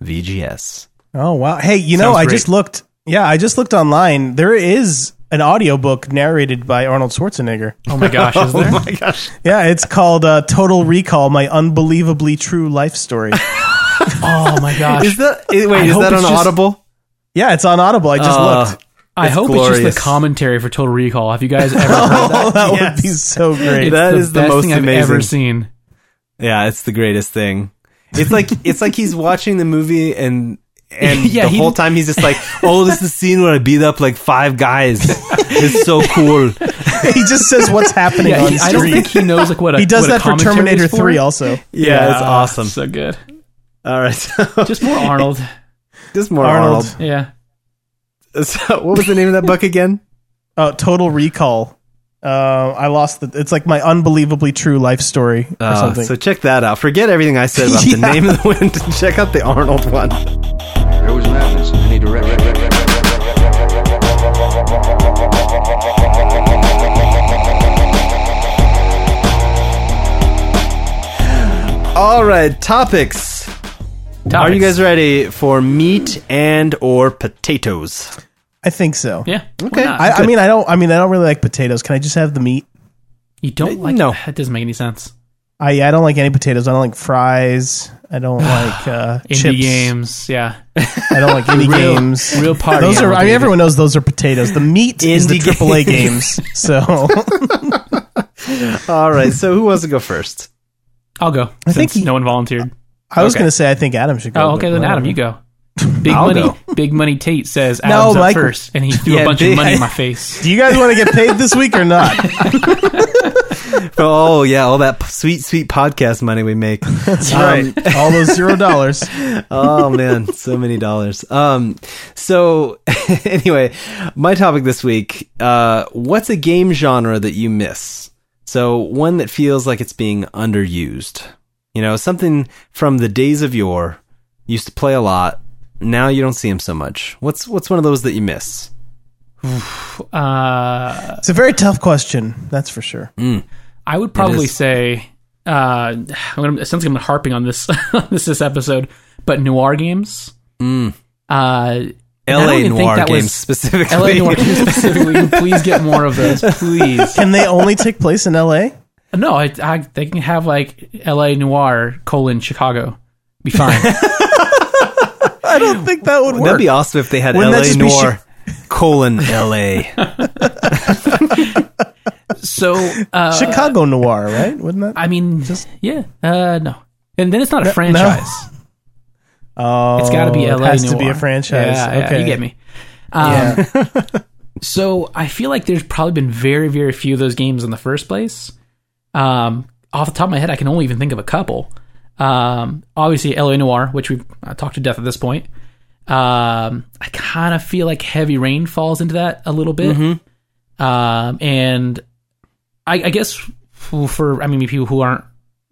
S1: SBFVGS.
S3: Oh wow. Hey, you know,
S1: Sounds
S3: I
S1: great.
S3: just looked. Yeah, I just looked online. There is an audiobook narrated by Arnold Schwarzenegger.
S2: Oh my gosh, is there?
S1: gosh.
S3: Yeah, it's called uh, Total Recall: My Unbelievably True Life Story.
S2: oh my gosh.
S1: Is that i- wait?
S2: I
S1: is
S2: hope
S1: that on
S2: it's just-
S1: Audible?
S3: yeah, it's on Audible. I just
S1: Uh,
S3: looked.
S2: I hope it's just
S1: glorious.
S2: the commentary for Total Recall. Have you guys ever heard that?
S3: Oh, that
S1: yes.
S3: would be so great.
S2: It's
S1: That is the
S2: best
S1: most
S2: thing I've ever
S1: amazing.
S2: seen.
S1: Yeah, it's the greatest thing. It's like it's like he's watching the movie and and
S2: Yeah,
S1: the
S2: he-
S1: whole time he's just like, "Oh, this is the scene where I beat up like five guys. it's so cool."
S3: he just says what's happening
S2: Yeah,
S3: on
S2: he-
S3: screen.
S2: I don't think he knows like what a,
S3: he
S2: what
S3: does
S2: a
S3: that for
S2: commentary
S3: Terminator
S2: is for. Ah,
S3: Three, also.
S1: Yeah, it's awesome.
S2: So good.
S1: All right, so
S2: Just more Arnold.
S1: just more
S3: Arnold.
S1: Arnold.
S2: Yeah.
S1: So, what was the name of that book again?
S3: Oh, Total Recall. Uh, I lost the. It's like my unbelievably true life story or
S1: Uh,
S3: something.
S1: so check that out. Forget everything I said about the
S3: Yeah.
S1: name of the wind. check out the Arnold one.
S5: There was madness in any direction.
S1: All right, topics. Are you
S2: Topics.
S1: guys ready for meat and or potatoes?
S3: I think so.
S2: Yeah. why
S1: Okay.
S2: not?
S3: I, I mean, I don't. I mean, I don't really like potatoes. Can I just have the meat?
S2: you don't like
S1: no.
S2: That doesn't make any sense.
S3: I I don't like any potatoes. I don't like fries. I don't like uh,
S2: Indie
S3: chips.
S2: games. Yeah.
S3: I don't like indie games.
S2: Real party.
S3: Those are.
S2: animal,
S3: I mean,
S2: David.
S3: everyone knows those are potatoes. The meat is the
S1: Indie
S3: AAA games. So
S1: All right, so who wants to go first?
S2: I'll go.
S3: I
S2: I think
S3: think he-
S2: no one volunteered.
S3: I was
S1: Okay.
S3: going to say I think Adam should go.
S2: Oh, okay.
S3: but
S2: Then Adam,
S3: whatever.
S2: you go. Big
S1: I'll
S2: money.
S1: go.
S2: Big money. Tate says
S3: No,
S2: Adam's up
S3: Michael.
S2: first, and he threw
S1: Yeah,
S2: a bunch
S1: big-
S2: of money in my face.
S3: Do you guys want to get paid this week or not?
S1: Oh yeah, all that p- sweet sweet podcast money we make. Um, That's
S3: right. Um, All those zero dollars.
S1: oh man, so many dollars. Um, so anyway, my topic this week: uh, what's a game genre that you miss? So one that feels like it's being underused. You know, something from the days of yore used to play a lot. Now you don't see them so much. What's what's one of those that you miss?
S2: Uh,
S3: It's a very tough question. That's for sure.
S2: I would probably
S1: is.
S2: say uh, I'm gonna, it sounds like I'm harping on this this this episode, but noir games. Mm. Uh, I don't
S1: L.A.
S2: even think
S1: noir
S2: that was-
S1: games specifically.
S2: LA noir games specifically. Please get more of those, please.
S3: Can they only take place in L.A.?
S2: No, I, I they can have like L.A. noir colon Chicago. Be fine.
S3: I don't think that would
S1: That'd
S3: work.
S1: be awesome if they had
S3: Wouldn't that
S1: LA
S3: just be
S1: Noir colon LA.
S2: so uh,
S3: Chicago noir, right? Wouldn't that?
S2: I mean, yeah, uh, no. And then it's not a
S3: no.
S2: franchise.
S3: Oh,
S2: It's got to be
S3: it
S2: LA.
S3: Has
S2: noir.
S3: to be a franchise.
S2: Yeah, yeah,
S3: okay,
S2: you get me. Um,
S3: Yeah.
S2: So I feel like there's probably been very, very few of those games in the first place. Um, off the top of my head, I can only even think of a couple. Um, obviously, LA Noir, which we've uh, talked to death at this point. Um, I kind of feel like Heavy Rain falls into that a little bit.
S3: Mm-hmm.
S2: Um, and I, I guess f- for I mean people who aren't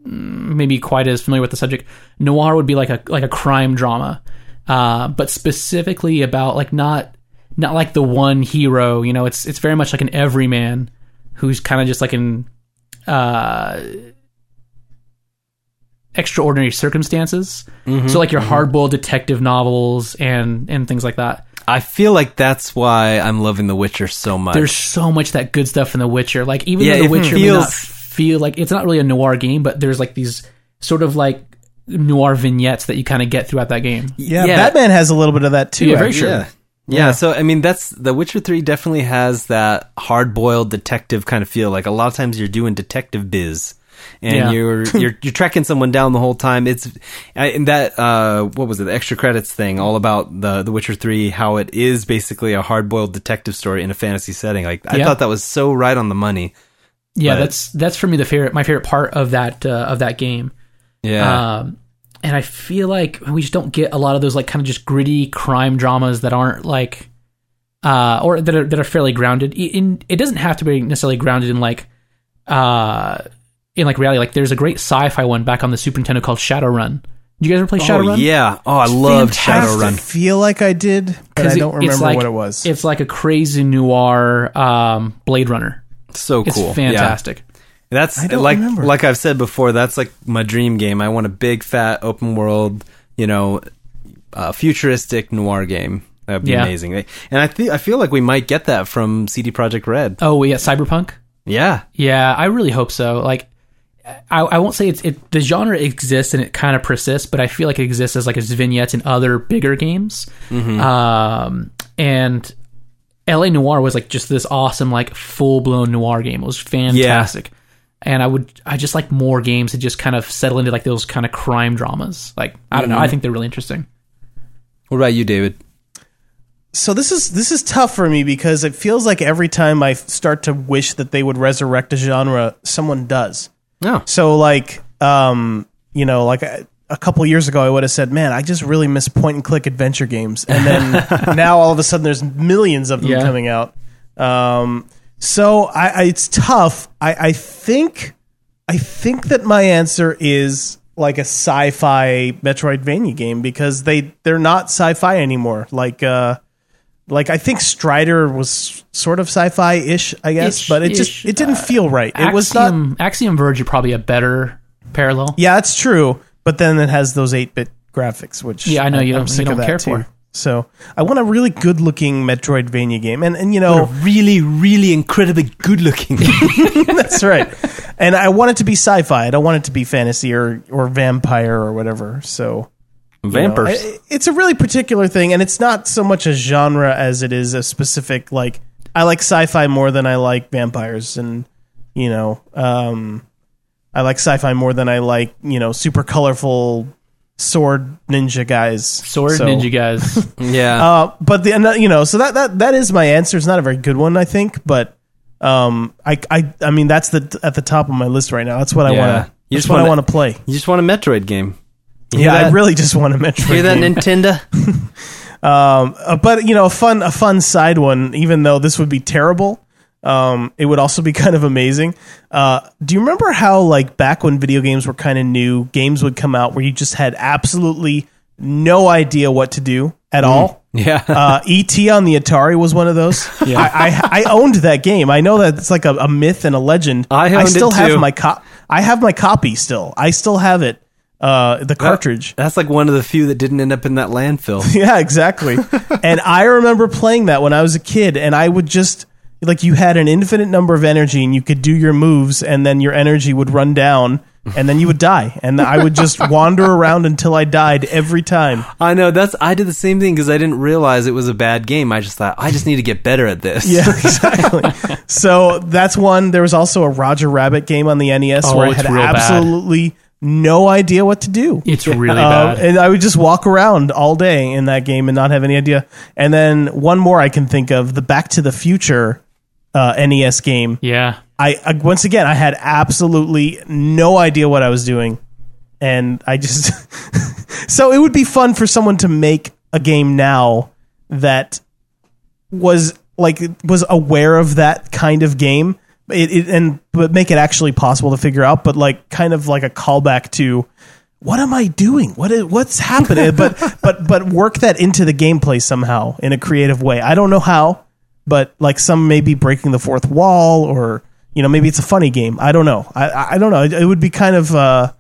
S2: mm, maybe quite as familiar with the subject, noir would be like a like a crime drama, uh, but specifically about like not not like the one hero. You know, it's it's very much like an everyman who's kind of just like in uh, extraordinary circumstances.
S1: Mm-hmm.
S2: so like your hard boiled detective novels and and things like that.
S1: I feel like that's why I'm loving The Witcher so much.
S2: There's so much that good stuff in The Witcher. Like even
S1: Yeah,
S2: though The
S1: it
S2: Witcher may not
S1: feels-
S2: feel like it's not really a noir game, but there's like these sort of like noir vignettes that you kind of get throughout that game.
S3: yeah, Batman has a little bit of that too.
S2: Yeah, very
S3: actually.
S2: sure.
S1: Yeah. Yeah, so I mean that's The Witcher 3 definitely has that hard-boiled detective kind of feel like a lot of times you're doing detective biz. and
S2: Yeah.
S1: you're you're you're tracking someone down the whole time. It's I- and that uh, what was it? The extra credits thing, all about the The Witcher Three, how it is basically a hard boiled detective story in a fantasy setting. Like I
S2: Yeah.
S1: thought that was so right on the money.
S2: Yeah,
S1: But-
S2: that's that's for me the favorite my favorite part of that uh, of that game.
S3: Uh.
S1: Yeah,
S2: Um, and I feel like we just don't get a lot of those like kind of just gritty crime dramas that aren't like, uh, or that are that are fairly grounded. I- In it doesn't have to be necessarily grounded in like, uh, in like reality. Like there's a great sci-fi one back on the Super Nintendo called Shadowrun. Did you guys ever play
S1: oh
S2: Shadowrun?
S1: yeah. Oh, I loved
S3: Fantastic. I
S1: Shadowrun.
S3: feel like I did, but
S2: 'Cause
S3: I
S2: it-
S3: don't
S2: it's
S3: remember
S2: like-
S3: what it was.
S2: It's like a crazy noir um, Blade Runner.
S1: So
S2: It's
S1: cool. Yeah.
S2: fantastic.
S1: That's
S3: I don't
S1: like
S3: remember.
S1: like I've said before. That's like my dream game. I want a big, fat, open world, you know, uh, futuristic noir game. That'd be
S2: Yeah.
S1: amazing. They- And I think I feel like we might get that from CD Projekt Red.
S2: Oh yeah, Cyberpunk.
S1: Yeah,
S2: Yeah, I really hope so. Like, I, I won't say it's it. The genre exists and it kind of persists, but I feel like it exists as like as vignettes in other bigger games.
S3: Mm-hmm.
S2: Um, and L.A. Noir was like just this awesome, like full blown noir game. It was fantastic. And I would, I just like more games that just kind of settle into like those kind of crime dramas. Like I don't know, I
S3: Mm-hmm.
S2: think they're really interesting.
S1: What about you, David?
S3: so this is this is tough for me because it feels like every time I start to wish that they would resurrect a genre, someone does.
S1: No.
S3: So like, um, you know, like a, a couple years ago, I would have said, "Man, I just really miss point and click adventure games." And then now all of a sudden, there's millions of them
S2: Yeah.
S3: coming out. Um, so I, I it's tough. I, I think I think that my answer is like a sci-fi Metroidvania game because they they're not sci-fi anymore. Like uh like I think Strider was sort of sci-fi ish, I guess,
S2: Ish,
S3: but it just
S2: ish. uh,
S3: it didn't feel right. It
S2: Axiom,
S3: was not
S2: Axiom Verge are probably a better parallel.
S3: yeah, that's true. But then it has those eight bit graphics, which
S2: Yeah, I know you
S3: I'm
S2: don't- you
S3: sick
S2: don't
S3: of that
S2: care for.
S3: So I want a really good looking Metroidvania game, and and you know
S1: Really, really incredibly good looking.
S3: that's right. And I want it to be sci fi. I don't want it to be fantasy or or vampire or whatever. So you know,
S1: Vampires.
S3: I- it's a really particular thing, and it's not so much a genre as it is a specific like. I like sci fi more than I like vampires, and you know, um, I like sci fi more than I like you know super colorful sword ninja guys.
S2: Sword
S3: So-
S2: Ninja guys.
S1: yeah.
S3: uh, but the and that- you know, so that that that is my answer. It's not a very good one, I think, but um, I I I mean that's the at the top of my list right now. That's what I
S1: Yeah.
S3: want to.
S1: You
S3: That's
S1: just
S3: what I
S1: wanna-
S3: want to play.
S1: you just want a Metroid game. You
S3: Yeah,
S1: hear
S3: I
S1: that?
S3: really just want a Metroid.
S1: hear that
S3: game.
S1: Nintendo.
S3: Um, uh, but you know, a fun a fun side one. Even though this would be terrible, um, it would also be kind of amazing. Uh, do you remember how like back when video games were kind of new, games would come out where you just had absolutely no idea what to do
S1: Mm.
S3: at all.
S1: Yeah.
S3: uh, ET on the Atari was one of those. I, I, I owned that game. I know that it's like a, a myth and a legend.
S1: I owned
S3: still
S1: it
S3: have
S1: too.
S3: my cop. I have my copy still. I still have it. Uh, the cartridge.
S1: That's like one of the few that didn't end up in that landfill.
S3: Yeah, exactly. and I remember playing that when I was a kid, and I would just like you had an infinite number of energy, and you could do your moves, and then your energy would run down, and then you would die, and I would just wander around until I died every time.
S1: I know. That's I did the same thing because I didn't realize it was a bad game. I just thought I just need to get better at this.
S3: Yeah, exactly. so that's one. There was also a Roger Rabbit game on the NES
S2: Oh,
S3: where I
S2: it's
S3: had
S2: real bad.
S3: absolutely no idea what to do.
S2: It's really
S3: Um,
S2: bad.
S3: and I would just walk around all day in that game and not have any idea. And then one more I can think of the Back to the Future uh, NES game.
S2: yeah.
S3: I, I once again I had absolutely no idea what I was doing, and I just so it would be fun for someone to make a game now that was like was aware of that kind of game. It, it and but make it actually possible to figure out, but like kind of like a callback to what am I doing? What is what's happening? but but but work that into the gameplay somehow in a creative way. I don't know how, but like some may be breaking the fourth wall, or you know maybe it's a funny game. I don't know. I- I I don't know. It, it would be kind of uh,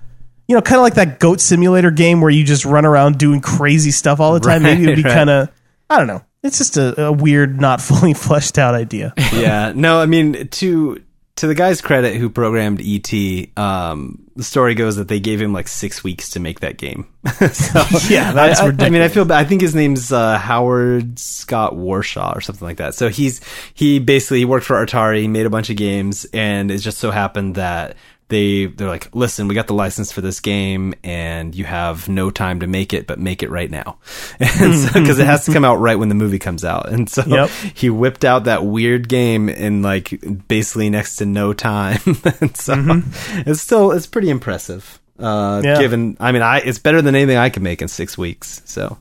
S3: you know kind of like that goat simulator game where you just run around doing crazy stuff all the time. maybe it'd be
S1: Right, right.
S3: kind of I don't know. It's just a, a weird, not fully fleshed out idea.
S1: yeah no i mean to to the guy's credit who programmed et um the story goes that they gave him like six weeks to make that game so
S3: Yeah, that's
S1: I, I, I mean i
S3: ridiculous.
S1: feel bad i think his name's uh howard scott warshaw or something like that so he's he basically he worked for atari he made a bunch of games and it just so happened that they they're like, listen, we got the license for this game, and you have no time to make it, but make it right now, because it has to come out right when the movie comes out. And so
S3: Hmm. Yep.
S1: he whipped out that weird game in like basically next to no time. and so
S2: Mm-hmm.
S1: it's still it's pretty impressive. Uh,
S3: Yeah.
S1: Given, I mean, I it's better than anything I could make in six weeks. So,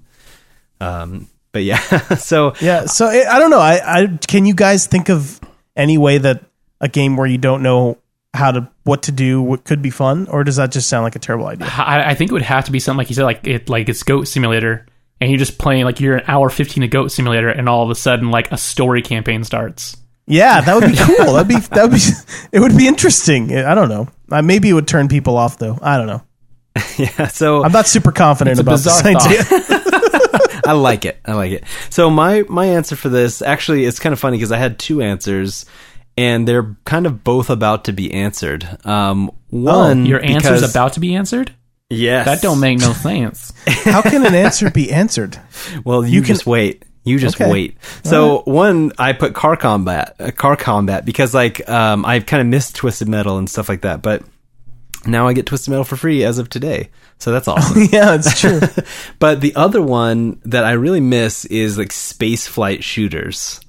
S1: um, but yeah, so
S3: Yeah, so it, I don't know. I, I can you guys think of any way that a game where you don't know how to what to do what could be fun, or does that just sound like a terrible idea?
S2: I, I think it would have to be something like you said, like it, like it's Goat Simulator, and you're just playing like you're an hour fifteen of Goat Simulator, and all of a sudden like a story campaign starts.
S3: Yeah, that would be cool. That'd be that would be it would be interesting. I don't know. Uh, maybe it would turn people off though. I don't know.
S1: yeah, so
S3: I'm not super
S2: It's
S3: confident
S2: a
S3: about this
S2: bizarre
S3: idea.
S1: I like it. I like it. So my my answer for this actually it's kind of funny because I had two answers, and they're kind of both about to be answered. Um, one
S2: Oh, Your answer's
S1: because-
S2: about to be answered.
S1: yes
S2: That don't make no sense.
S3: How can an answer be answered?
S1: Well, you, just wait. You just
S3: Okay.
S1: wait. So one, I put car combat, uh, car combat, because like um, I kind of missed Twisted Metal and stuff like that, but now I get Twisted Metal for free as of today. So that's awesome.
S3: Yeah, it's true.
S1: but the other one that I really miss is like space flight shooters.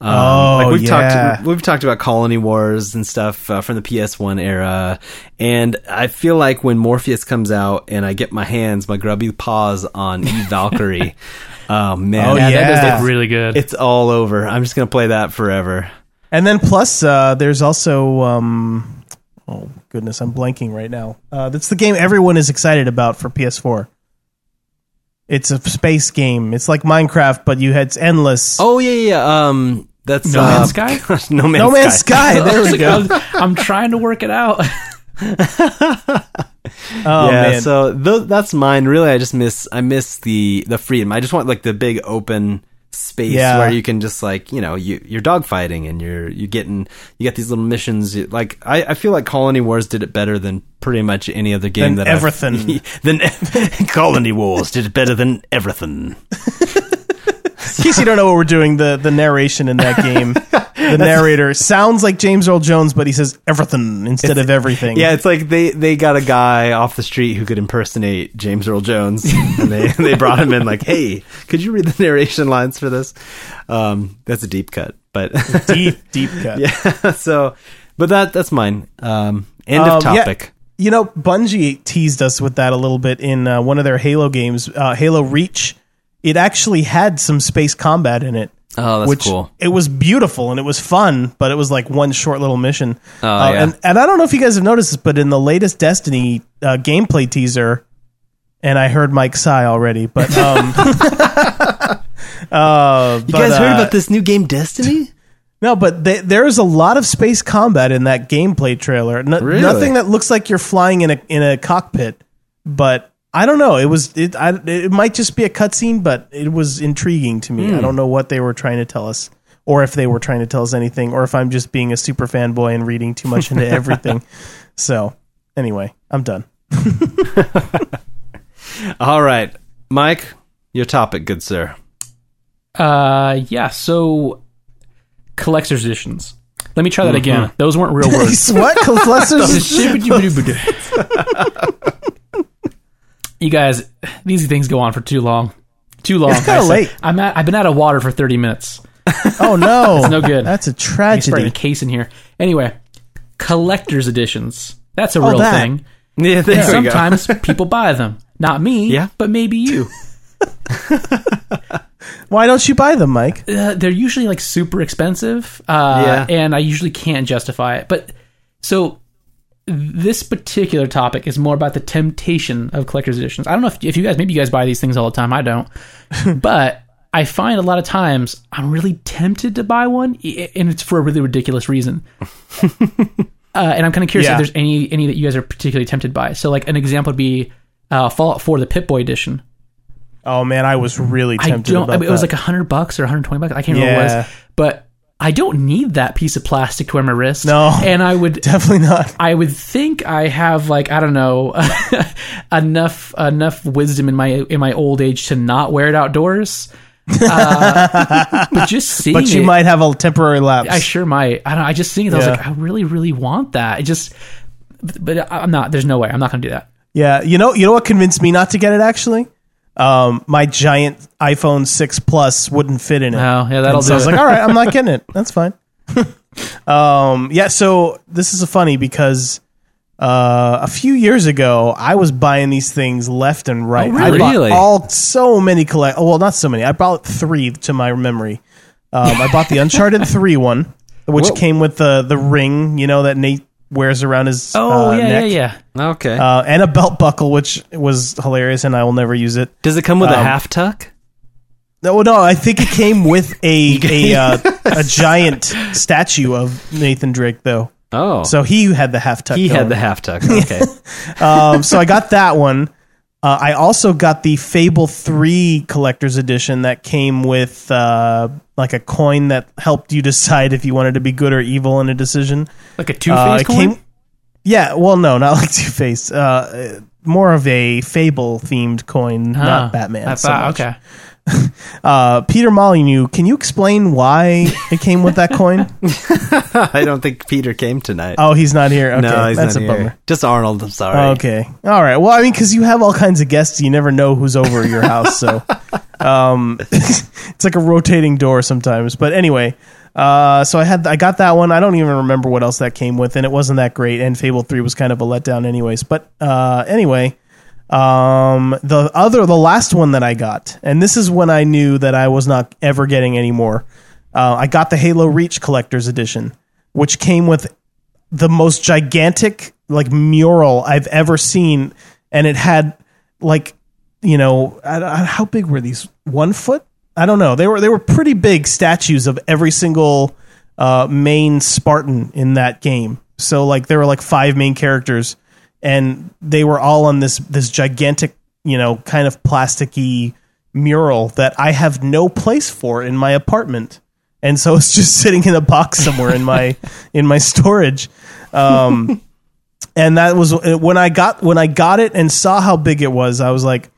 S1: Um,
S3: Oh,
S1: like we've
S3: yeah.
S1: talked we've talked about colony wars and stuff uh, from the PS1 era, and I feel like when Morpheus comes out and I get my hands, my grubby paws on E Valkyrie, oh man,
S3: Oh,
S2: Yeah, that does
S3: Yeah.
S2: look really good.
S1: it's all over. I'm just gonna play that forever.
S3: And then plus, uh, there's also um, oh goodness, I'm blanking right now. Uh, that's the game everyone is excited about for PS4. It's a space game. It's like Minecraft, but you had it's endless.
S1: Oh yeah, yeah. yeah, Um, that's
S2: No
S1: uh,
S2: Man's Sky?
S1: gosh, no man's
S3: no man's
S1: sky.
S3: sky. There we go.
S2: I'm, I'm trying to work it out.
S3: Oh
S1: yeah,
S3: man.
S1: so th- that's mine. Really, I just miss I miss the the freedom. I just want like the big open space
S3: Yeah.
S1: where you can just like you know you you're dogfighting and you're you getting you get these little missions. You- Like I, I feel like Colony Wars did it better than pretty much any other game
S3: Than
S1: that I've-
S3: everything.
S1: than Colony Wars did it better than everything.
S3: in case you don't know what we're doing, the the narration in that game, the narrator sounds like James Earl Jones, but he says everything instead of everything.
S1: Yeah, it's like they they got a guy off the street who could impersonate James Earl Jones, and they they brought him in like, hey, could you read the narration lines for this? Um, that's a deep cut, but
S3: deep deep cut.
S1: yeah. So, but that that's mine. Um, end of
S3: Um, yeah.
S1: topic.
S3: You know, Bungie teased us with that a little bit in uh, one of their Halo games, uh, Halo Reach. It actually had some space combat in it.
S1: Oh, that's
S3: which
S1: cool.
S3: It was beautiful and it was fun, but it was like one short little mission. Oh,
S1: yeah.
S3: and, and I don't know if you guys have noticed this, but in the latest Destiny uh, gameplay teaser, and I heard Mike sigh already, but um, uh,
S1: You guys heard about this new game, Destiny?
S3: no, but they, there is a lot of space combat in that gameplay trailer. No,
S1: Really?
S3: Nothing that looks like you're flying in a in a cockpit. But I don't know. It was it. I, it might just be a cutscene, but it was intriguing to
S2: Hmm.
S3: me. I don't know what they were trying to tell us, or if they were trying to tell us anything, or if I'm just being a super fanboy and reading too much into everything. So anyway, I'm done.
S1: All right, Mike, your topic, good sir.
S2: Uh, yeah. So, collector's editions. Let me try that
S3: Mm-hmm.
S2: again. Those weren't real words.
S3: what?
S2: you guys, these things go on for too long. Too long.
S3: It's kinda
S2: I said-
S3: late.
S2: I'm at, I've been out of water for 30 minutes.
S3: oh no,
S2: no good.
S3: That's a
S2: I sprayed a
S3: tragedy.
S2: case in here. Anyway, collector's editions. That's a real
S3: Oh, that.
S2: thing.
S1: Yeah, there
S2: And sometimes people buy them. Not me,
S1: Yeah.
S2: but maybe you.
S3: Why don't you buy them, Mike?
S2: uh, they're usually like super expensive, uh,
S1: Yeah.
S2: and I usually can't justify it. But so this particular topic is more about the temptation of collector's editions. I don't know if, if you guys, maybe you guys buy these things all the time. I don't, but I find a lot of times I'm really tempted to buy one, i- and it's for a really ridiculous reason. uh, and I'm kind of curious
S3: Yeah.
S2: if there's any any that you guys are particularly tempted by. So like an example would be uh, Fallout 4, the Pip Boy edition.
S3: Oh man, I was really
S2: I
S3: tempted.
S2: don't.
S3: about
S2: I mean, it was
S3: that.
S2: like a hundred bucks or hundred twenty bucks. I can't remember what
S3: Yeah.
S2: it was. But I don't need that piece of plastic to wear my wrist.
S3: No.
S2: and I would.
S3: definitely not.
S2: I would think I have like I don't know enough enough wisdom in my in my old age to not wear it outdoors. Uh, but just seeing
S3: But you
S2: it,
S3: might have a temporary lapse.
S2: I sure might. I don't. I just seeing it. I was
S3: Yeah.
S2: like, I really, really want that. It just but I'm not. There's no way. I'm not going to do that.
S3: Yeah, you know, you know what convinced me not to get it actually. Um, my giant iPhone six Plus wouldn't fit in it.
S2: Oh, yeah, that'll
S3: And so
S2: do
S3: I was
S2: it.
S3: like, all right, I'm not getting it. That's fine. um, yeah, so this is funny because uh, a few years ago I was buying these things left and right.
S1: Oh,
S3: I bought
S1: really?
S3: all so many collect. Oh, well, not so many. I bought three to my memory. Um, I bought the Uncharted three one, which
S1: Whoa.
S3: came with the the ring, you know, that Nate wears around his
S2: Oh
S3: uh,
S2: yeah,
S3: neck
S2: yeah, yeah.
S1: Okay.
S3: uh, and a belt buckle, which was hilarious, and I will never use it.
S1: Does it come with a
S3: um,
S1: half tuck?
S3: No, no, I think it came with a a, uh, a giant statue of Nathan Drake, though.
S1: Oh,
S3: So he had the half tuck.
S1: he had
S3: going.
S1: the half tuck. Okay.
S3: Um, so I got that one. Uh, I also got the Fable Three Collector's Edition that came with uh, like a coin that helped you decide if you wanted to be good or evil in a decision.
S2: Like a two face
S3: Uh, it
S2: coin.
S3: came- yeah, well, no, not like Two Face. Uh, more of a Fable themed coin,
S2: Huh.
S3: not Batman.
S2: Ah, I
S3: so
S2: thought-
S3: much.
S2: okay.
S3: Uh, Peter Molyneux, can you explain why it came with that coin?
S1: I don't think Peter came tonight.
S3: oh, he's not here. Okay,
S1: no, he's
S3: that's
S1: not
S3: a
S1: here.
S3: bummer. Oh,
S1: Just Arnold. I'm sorry.
S3: Okay, all right. Well, I mean, because you have all kinds of guests, you never know who's over at your house, so um, it's like a rotating door sometimes. But anyway, uh, so I had I got that one. I don't even remember what else that came with, and it wasn't that great. And Fable Three was kind of a letdown, anyways. But uh, anyway. Um, the other, the last one that I got, and this is when I knew that I was not ever getting any more. Uh, I got the Halo Reach Collector's Edition, which came with the most gigantic like mural I've ever seen, and it had like you know I, I, how big were these? One foot? I don't know. They were they were pretty big statues of every single uh, main Spartan in that game. So like there were like five main characters, and they were all on this this gigantic you know kind of plasticky mural that I have no place for in my apartment, and so it's just sitting in a box somewhere in my in my storage. Um, and that was when I got when I got it and saw how big it was. I was like,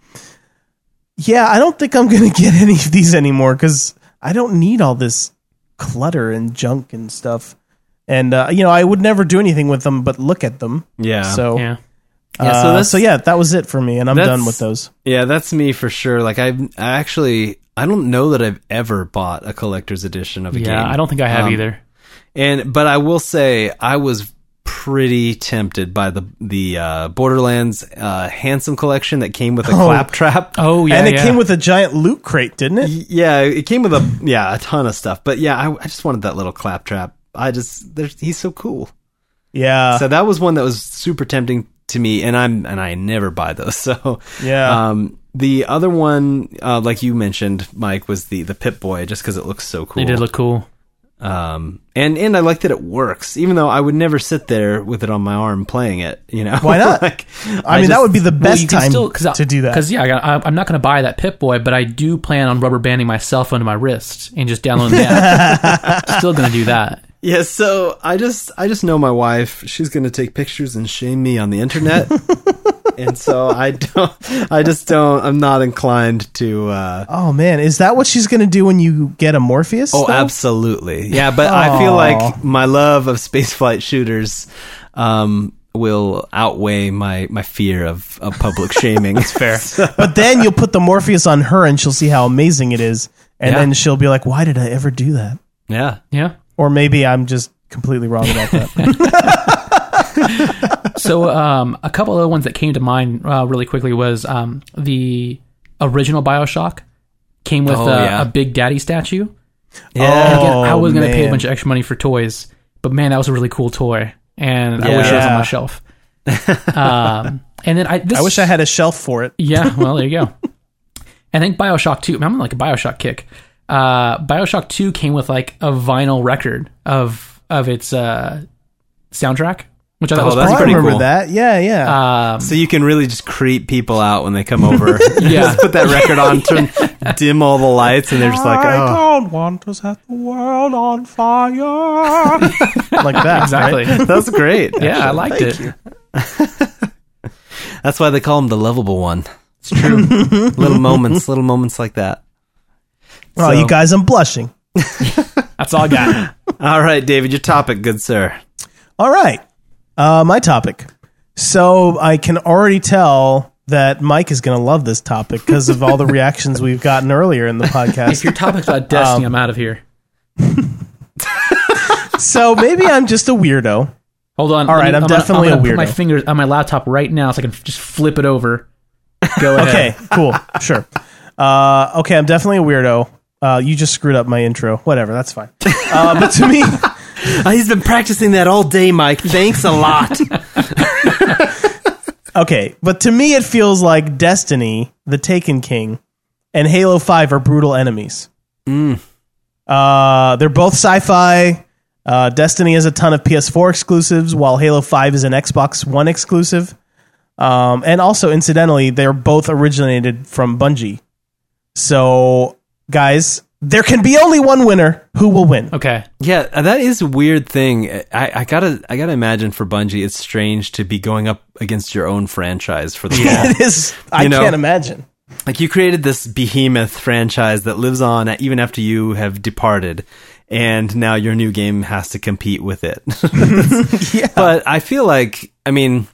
S3: yeah, I don't think I'm gonna get any of these anymore because I don't need all this clutter and junk and stuff. And uh, you know, I would never do anything with them, but look at them.
S1: Yeah.
S3: So
S2: Yeah.
S1: Yeah, so
S3: so,
S1: that's-
S3: so yeah, that was it for me, and I'm
S1: That's-
S3: done with those.
S1: Yeah, that's me for sure. Like I've I actually I don't know that I've ever bought a collector's edition of a game.
S2: Yeah, I don't think I have
S1: Um,
S2: either.
S1: And but I will say I was pretty tempted by the the uh, Borderlands uh, handsome collection that came with a claptrap.
S2: Oh yeah,
S3: and it
S2: yeah.
S3: came with a giant loot crate, didn't it?
S1: Yeah, it came with a yeah a ton of stuff. But yeah, I, I just wanted that little claptrap. I just there's he's so cool.
S3: Yeah.
S1: so that was one that was super tempting to me and i'm and i never buy those so
S3: Yeah.
S1: um the other one uh like you mentioned mike was the the pip boy just because it looks so cool
S2: It did look cool.
S1: um and and i like that it works even though i would never sit there with it on my arm playing it you know
S3: Why not? I, mean, that would be the
S2: Well,
S3: best
S2: you can
S3: time
S2: still- I-
S3: to do that.
S2: Because yeah, I got, I, I'm not going to buy that Pip Boy, but I do plan on rubber banding my cell phone to my wrist and just downloading the app. still going to do that.
S1: yeah so i just i just know my wife she's gonna take pictures and shame me on the internet and so i don't i just don't i'm not inclined to uh
S3: Oh man, is that what she's gonna do when you get a Morpheus?
S1: Oh,
S3: though?
S1: absolutely. Yeah, but I feel like my love of spaceflight shooters um, will outweigh my, my fear of, of public shaming. That's fair.
S3: But then you'll put the Morpheus on her, and she'll see how amazing it is, and
S2: Yeah.
S3: then she'll be like, "Why did I ever do that?"
S1: yeah.
S2: Yeah.
S3: Or maybe I'm just completely wrong about that.
S2: So um, a couple other ones that came to mind uh, really quickly was um, the original Bioshock came with
S1: Oh,
S2: uh,
S1: yeah.
S2: a Big Daddy statue.
S1: Yeah.
S3: Oh.
S2: Again, I was going to pay a
S3: man.
S2: bunch of extra money for toys, but man, that was a really cool toy, and I wish it was on
S3: Yeah.
S2: my shelf. um, and then I, this,
S3: I wish I had a shelf for it.
S2: Yeah, well, there you go. I think Bioshock 2, I'm on like a Bioshock kick. Uh, Bioshock 2 came with like a vinyl record of of its uh, soundtrack, which I thought
S1: Oh,
S2: was
S1: that's
S3: Oh, I
S1: pretty
S3: remember
S1: cool.
S3: that. Yeah, yeah.
S2: Uh,
S1: So you can really just creep people out when they come over.
S2: Um, Yeah.
S1: just put that record on, turn, dim all the lights, and they're just like, oh.
S3: don't want to set the world on fire. like that.
S2: Exactly.
S3: right?
S1: That's great.
S2: Yeah, I
S1: actually.
S2: liked it.
S1: That's why they call him the lovable one. It's true. little moments, little moments like that.
S3: Oh, you guys, I'm blushing.
S2: That's all I got.
S1: All right, David, your topic, good sir.
S3: All right. Uh, my topic. So I can already tell that Mike is going to love this topic because of all the reactions we've gotten earlier in the
S2: If
S3: podcast.
S2: your topic's about Destiny,
S3: Um,
S2: I'm out of here.
S3: so maybe I'm just a weirdo.
S2: Hold on.
S3: All
S2: let
S3: right, I'm
S2: gonna-
S3: definitely
S2: gonna
S3: a
S2: Put my
S3: weirdo.
S2: fingers on my laptop right now, so I can f- just flip it over. Go ahead.
S3: Okay, cool, sure. Uh, okay, I'm definitely a weirdo. Uh, you just screwed up my intro. Whatever, that's fine. Uh, but to me,
S1: Uh, He's been practicing that all day, Mike. Thanks a lot.
S3: okay, but to me, it feels like Destiny, the Taken King, and Halo Five are brutal enemies.
S1: Mm.
S3: Uh, they're both sci-fi. Uh, Destiny has a ton of PS4 exclusives, while Halo Five is an Xbox One exclusive. Um, and also, incidentally, they're both originated from Bungie. So, guys, there can be only one winner. Who will win?
S1: Oh,
S2: Okay.
S1: yeah, uh, that is a weird thing. Uh, I, I gotta, I gotta imagine for Bungie, it's strange to be going up against your own franchise for the fall.
S3: it is. I
S1: You know.
S3: can't imagine.
S1: like you created this behemoth franchise that lives on even after you have departed and now your new game has to compete with it but i feel like i mean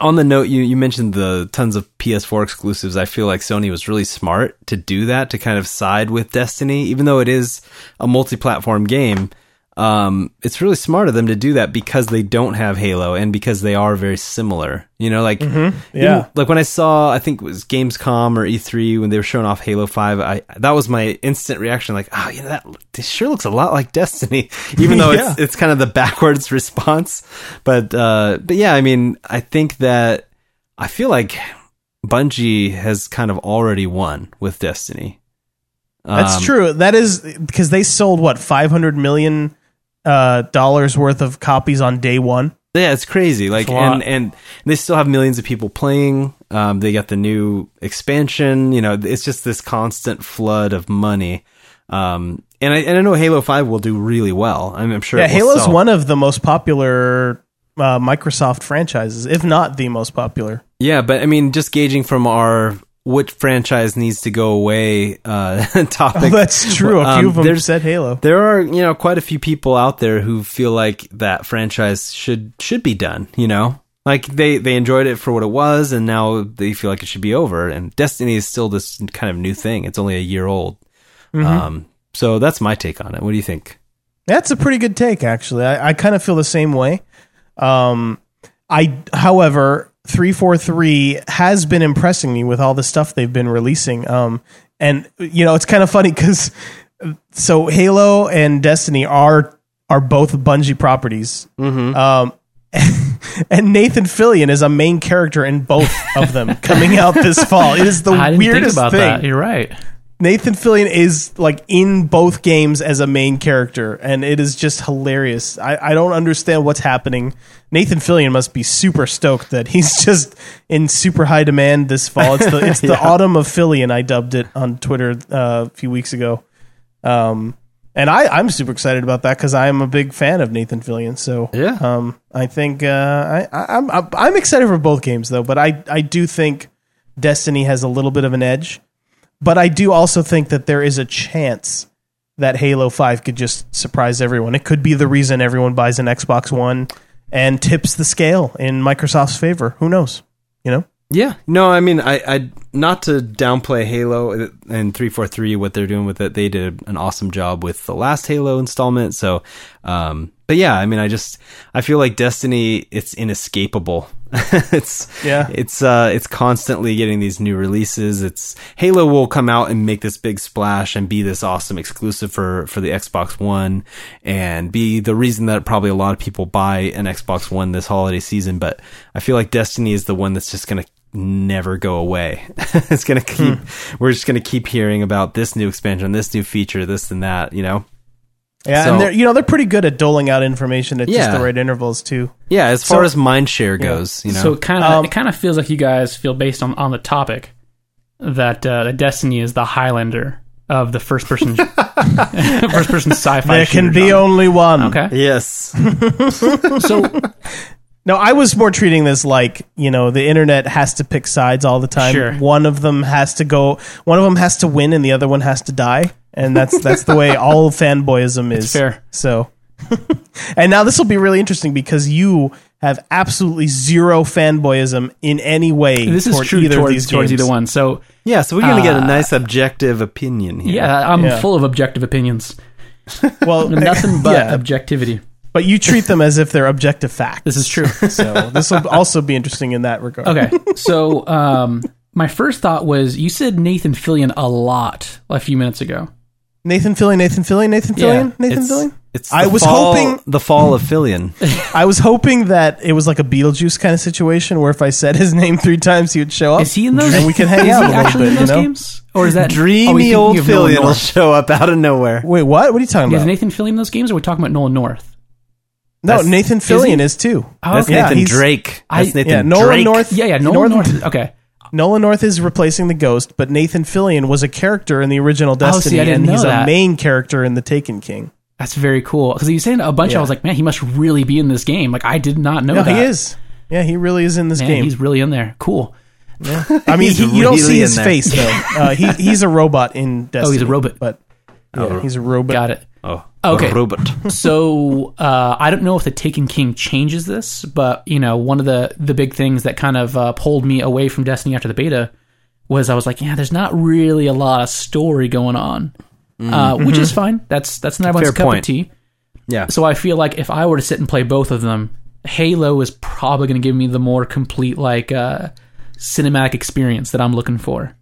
S1: on the note you, you mentioned the tons of ps4 exclusives i feel like sony was really smart to do that to kind of side with destiny even though it is a multi-platform game um, it's really smart of them to do that because they don't have halo and because they are very similar you know like
S3: Yeah.
S1: even- like when I saw, I think it was Gamescom or E3 when they were showing off Halo Five. I that was my instant reaction, like, oh, you know, that this sure looks a lot like Destiny, even though it's
S3: Yeah.
S1: it's kind of the backwards response. But uh, but yeah, I mean, I think that I feel like Bungie has kind of already won with Destiny.
S3: That's
S1: Um,
S3: true. That is because they sold what five hundred million uh, dollars worth of copies on day one.
S1: Yeah, it's crazy. Like,
S2: a lot.
S1: and and they still have millions of people playing. Um, they got the new expansion. You know, it's just this constant flood of money. Um, and I and I know Halo Five will do really well. I'm, I'm sure.
S3: Yeah,
S1: it will
S3: Halo's
S1: sell.
S3: one of the most popular uh, Microsoft franchises, if not the most popular.
S1: Yeah, but I mean, just gauging from our which franchise needs to go away uh, topic.
S3: Oh, That's true. A
S1: um,
S3: few of them
S1: there's-
S3: said Halo.
S1: There are, you know, quite a few people out there who feel like that franchise should should be done, you know? Like they they enjoyed it for what it was and now they feel like it should be over and Destiny is still this kind of new thing. It's only a year old.
S3: Mm-hmm.
S1: Um so that's my take on it. What do you think?
S3: That's a pretty good take, actually. I, I kind of feel the same way. Um, I, however, three four three has been impressing me with all the stuff they've been releasing. Um, and you know, it's kind of funny because so Halo and Destiny are are both Bungie properties.
S2: Mm-hmm.
S3: Um, and Nathan Fillion is a main character in both of them coming out this fall. It is the
S2: I didn't think
S3: weirdest
S2: about
S3: thing.
S2: that. You're right.
S3: Nathan Fillion is like in both games as a main character, and it is just hilarious. I, I don't understand what's happening. Nathan Fillion must be super stoked that he's just in super high demand this fall. It's the it's the autumn of Fillion. I dubbed it on Twitter uh, a few weeks ago, um, and I I'm super excited about that because I am a big fan of Nathan Fillion. So
S1: Yeah.
S3: um, I think uh, I, I I'm I'm- I'm excited for both games though, but I I do think Destiny has a little bit of an edge. But I do also think that there is a chance that Halo 5 could just surprise everyone. It could be the reason everyone buys an Xbox One and tips the scale in Microsoft's favor. Who knows? You know?
S1: Yeah. No, I mean, I, I not to downplay Halo and three four three what they're doing with it. They did an awesome job with the last Halo installment. So, um, but yeah, I mean, I just I feel like Destiny, it's inescapable. it's
S3: Yeah.
S1: it's uh, it's constantly getting these new releases. It's Halo will come out and make this big splash and be this awesome exclusive for for the Xbox One and be the reason that probably a lot of people buy an Xbox One this holiday season. But I feel like Destiny is the one that's just gonna never go away. it's gonna keep. We're just gonna keep hearing about this new expansion, this new feature, this and that. You know.
S3: Yeah,
S1: So-
S3: and they're you know, they're pretty good at doling out information at just
S1: Yeah.
S3: the right intervals too.
S1: Yeah, as far
S3: So-
S1: as mindshare goes, you know.
S2: So it kind of
S3: Um,
S2: it kind of feels like you guys feel based on, on the topic that uh, that Destiny is the Highlander of the first person first person sci-fi.
S3: There
S2: shooter
S3: can be
S2: genre.
S3: only one.
S2: okay.
S1: yes.
S2: So
S3: No, I was more treating this like you know the internet has to pick sides all the time.
S2: Sure.
S3: One of them has to go. One of them has to win, and the other one has to die. And that's that's the way all fanboyism is.
S2: fair.
S3: So, and now this will be really interesting because you have absolutely zero fanboyism in any way.
S2: This is
S3: toward
S2: true
S3: either of
S2: towards,
S3: these
S2: towards
S3: games.
S2: either one. So
S1: Yeah, so we're gonna get a
S2: Uh,
S1: nice objective opinion here.
S2: yeah, I'm
S3: Yeah.
S2: full of objective opinions.
S3: Well,
S2: Nothing but
S3: yeah,
S2: objectivity.
S3: but you treat them as if they're objective facts.
S2: This is true.
S3: So this will also be interesting in that regard.
S2: Okay. So, um, my first thought was you said Nathan Fillion a lot a few minutes ago.
S3: Nathan Fillion, Nathan Fillion, Nathan
S2: Yeah,
S3: Fillion, Nathan Fillion.
S1: It's
S3: I
S1: the
S3: was
S1: fall-
S3: hoping-
S1: the fall of Fillion.
S3: I was hoping that it was like a Beetlejuice kind of situation where if I said his name three times, he would show up.
S2: Is he in those?
S3: And we can hang
S2: is
S3: out
S2: he
S3: a little
S2: actually
S3: bit,
S2: in
S3: you
S2: those
S3: know?
S2: games? Or is
S3: Oh,
S2: that are we
S1: Dreamy
S2: thinking
S1: old
S2: of Nolan
S1: Fillion will
S2: North?
S1: show up out of nowhere.
S3: Wait, what? What are you talking
S2: Is
S3: about?
S2: Nathan Fillion in those games? Or are we talking about Nolan North?
S3: No,
S1: That's-
S3: Nathan
S2: he?
S3: Fillion is, too.
S2: Oh,
S1: That's
S2: okay.
S1: Nathan
S3: he's-
S1: Drake. That's
S2: I-
S1: Nathan
S3: yeah, Nolan
S1: Drake.
S3: North.
S2: Yeah, yeah, Nolan North. Okay.
S3: Nolan North is replacing the Ghost, but Nathan Fillion was a character in the original
S2: Oh, see, I
S3: Destiny,
S2: didn't
S3: and
S2: know
S3: he's
S2: that.
S3: a main character in the Taken King.
S2: That's very cool. Because you said a bunch, I was like, man, he must really be in this game. Like, I did not know
S3: No,
S2: that.
S3: he is. Yeah, he really is in this
S2: Man,
S3: game.
S2: he's really in there. Cool.
S3: I mean,
S1: he's
S3: he, you don't
S1: really
S3: see his
S1: in there.
S3: face though. Uh, he, he's a robot in Destiny.
S2: Oh, robot.
S3: but yeah, he's a robot.
S2: Got it.
S1: Oh,
S2: Okay.
S1: Robert.
S2: so uh, I don't know if the Taken King changes this, but you know, one of the the big things that kind of uh, pulled me away from Destiny after the beta was I was like, yeah, there's not really a lot of story going on,
S3: Mm.
S2: uh,
S3: Mm-hmm.
S2: which is fine. That's that's not everyone's
S1: Fair
S2: cup
S1: point.
S2: of tea.
S1: Yeah.
S2: So I feel like if I were to sit and play both of them, Halo is probably going to give me the more complete like uh, cinematic experience that I'm looking for.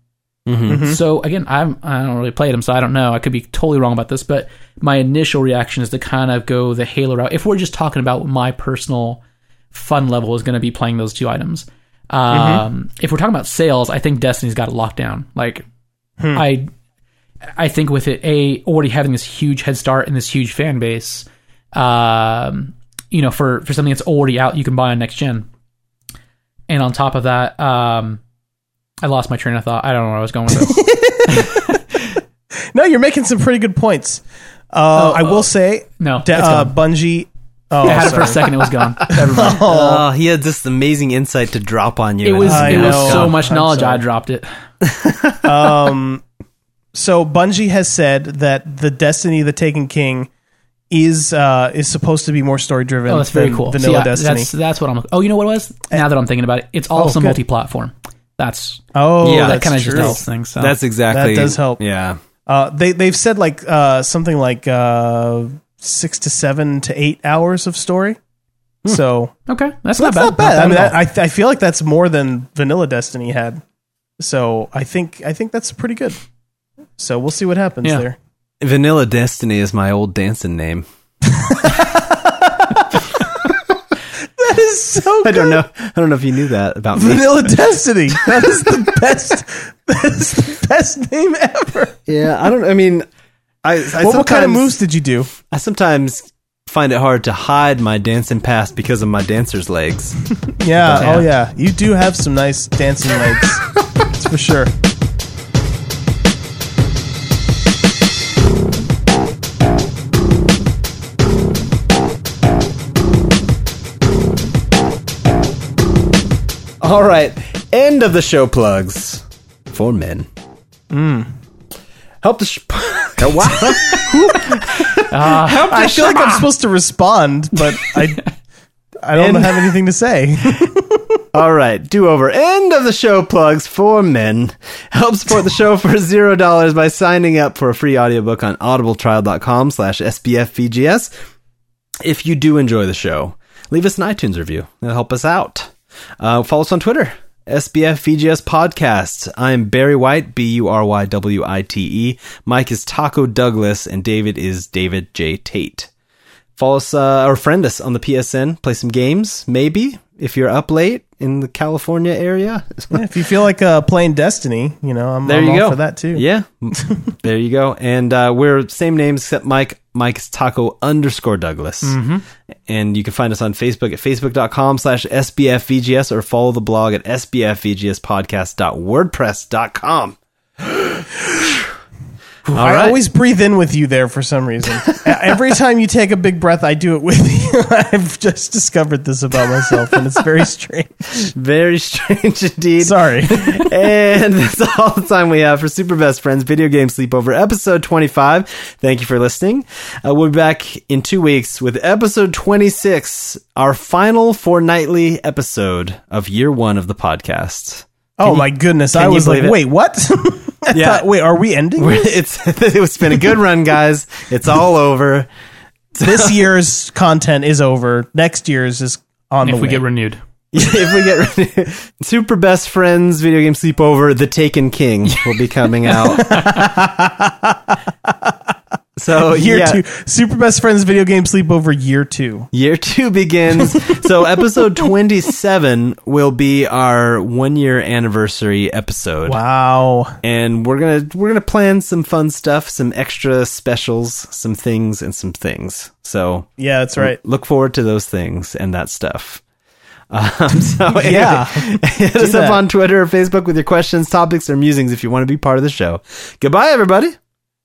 S2: So again, I'm I don't really play them, so I don't know. I could be totally wrong about this, but my initial reaction is to kind of go the Halo route. If we're just talking about my personal fun level is going to be playing those two items. Um, If we're talking about sales, I think Destiny's got it locked down. Like I, I think with it a already having this huge head start and this huge fan base, um, you know, for for something that's already out, you can buy on next gen. And on top of that, um, I lost my train of thought. I don't know where I was going with this.
S3: No, you're making some pretty good points.
S2: Oh,
S3: Uh, I will say,
S2: No,
S3: De-
S2: it's
S3: uh,
S2: gone.
S3: Bungie. Oh,
S2: I had it for
S3: sorry.
S2: a second. It was gone.
S3: Uh,
S1: Oh, he had this amazing insight to drop on you.
S2: It
S1: and
S2: was
S3: I
S2: it was
S3: know.
S2: so much
S3: I'm
S2: knowledge.
S3: sorry.
S2: I dropped it.
S3: so Bungie has said that the Destiny of the Taken King is uh, is supposed to be more story driven.
S2: Oh, that's very
S3: than
S2: cool. So,
S3: Vanilla
S2: yeah,
S3: Destiny. Eh. Oh,
S2: That's that's what I'm. Oh, you know what it was? Now that I'm thinking about it, it's also
S3: good.
S2: multi-platform. That's
S3: oh,
S1: Yeah,
S2: that
S3: that's
S2: kind of just
S3: true.
S2: helps things. So.
S1: That's exactly
S3: That does help.
S1: Yeah.
S3: Uh, they they've said like uh, something like uh, six to seven to eight hours of story. So
S2: okay. That's,
S3: that's
S2: Hmm. not bad.
S3: not bad. I mean,
S2: at all.
S3: that, I I feel like that's more than Vanilla Destiny had. So I think I think that's pretty good. So we'll see what happens
S2: Yeah.
S3: there.
S1: Vanilla Destiny is my old dancing name.
S3: That is so.
S1: I
S3: Good.
S1: don't know. I don't know if you knew that about me.
S3: Vanilla Destiny. That is the best. That is the best name ever.
S1: Yeah, I don't. I mean, I. I
S3: What, what kind
S1: sometimes-
S3: of moves did you do?
S1: I sometimes find it hard to hide my dancing past because of my dancer's legs.
S3: Yeah. Oh yeah. You do have some nice dancing legs. That's for sure.
S1: All right, end of the show plugs for men. Help the. Sh- wow.
S3: I feel like I'm supposed to respond, but I I don't have anything to say.
S1: All right, do over. End of the show plugs for men. Help support the show for zero dollars by signing up for a free audiobook on audibletrial.com slash sbfvgs. If you do enjoy the show, leave us an iTunes review. It'll help us out. Uh, follow us on Twitter, SBFVGS Podcast. I'm Barry White, B U R Y W I T E. Mike is Taco Douglas, and David is David J. Tate follow us uh, or friend us on the PSN. Play some games, maybe if you're up late in the California area.
S3: if you feel like uh, playing Destiny, you know, I'm,
S1: there
S3: I'm
S1: you
S3: all
S1: go
S3: for that too.
S1: Yeah, there you go. And uh, we're same names except Mike. Mike's Taco underscore Douglas. And you can find us on Facebook at facebook.com slash sbfvgs or follow the blog at sbfvgspodcast.wordpress.com.
S6: All
S3: I
S6: right.
S3: always breathe in with you there for some reason. E- Every time you take a big breath, I do it with you. I've just discovered this about myself, and it's very strange.
S1: Very strange indeed.
S3: Sorry.
S1: and that's all the time we have for Super Best Friends Video Game Sleepover episode 25. Thank you for listening. Uh, we'll be back in two weeks with episode 26, our final fortnightly episode of year one of the podcast.
S3: Oh my goodness! I
S1: you
S3: was like,
S1: believe it?
S3: wait, what? I
S1: Yeah.
S3: thought, wait, are we ending this?
S1: It's it's been a good run, guys. It's all over.
S3: this year's content is over. Next year's is on the
S4: if we
S3: way.
S4: get renewed.
S1: if we get Super Best Friends Video Game Sleepover, The Taken King will be coming out. so
S3: year
S1: yeah.
S3: two, super best friends video game sleepover year two.
S1: Year two begins. so episode twenty-seven will be our one-year anniversary episode,
S3: Wow,
S1: and we're gonna we're gonna plan some fun stuff, some extra specials, some things, and some things. So
S3: yeah, that's right.
S1: look forward to those things and that stuff. Um, so anyway,
S3: Yeah.
S1: hit us up
S3: that.
S1: on Twitter or Facebook with your questions, topics, or musings if you want to be part of the show. Goodbye, everybody.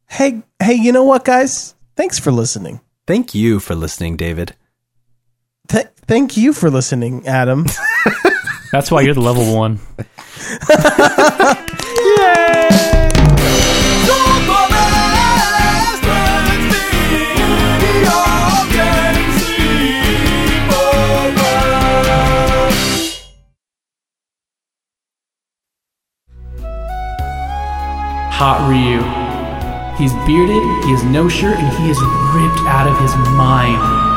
S3: Hey, hey, you know what, guys? Thanks for listening.
S1: Thank you for listening, David.
S3: Th- thank you for listening, Adam.
S4: That's why you're the level one. Hot Ryu. He's bearded, he has no shirt, and he is ripped out of his mind.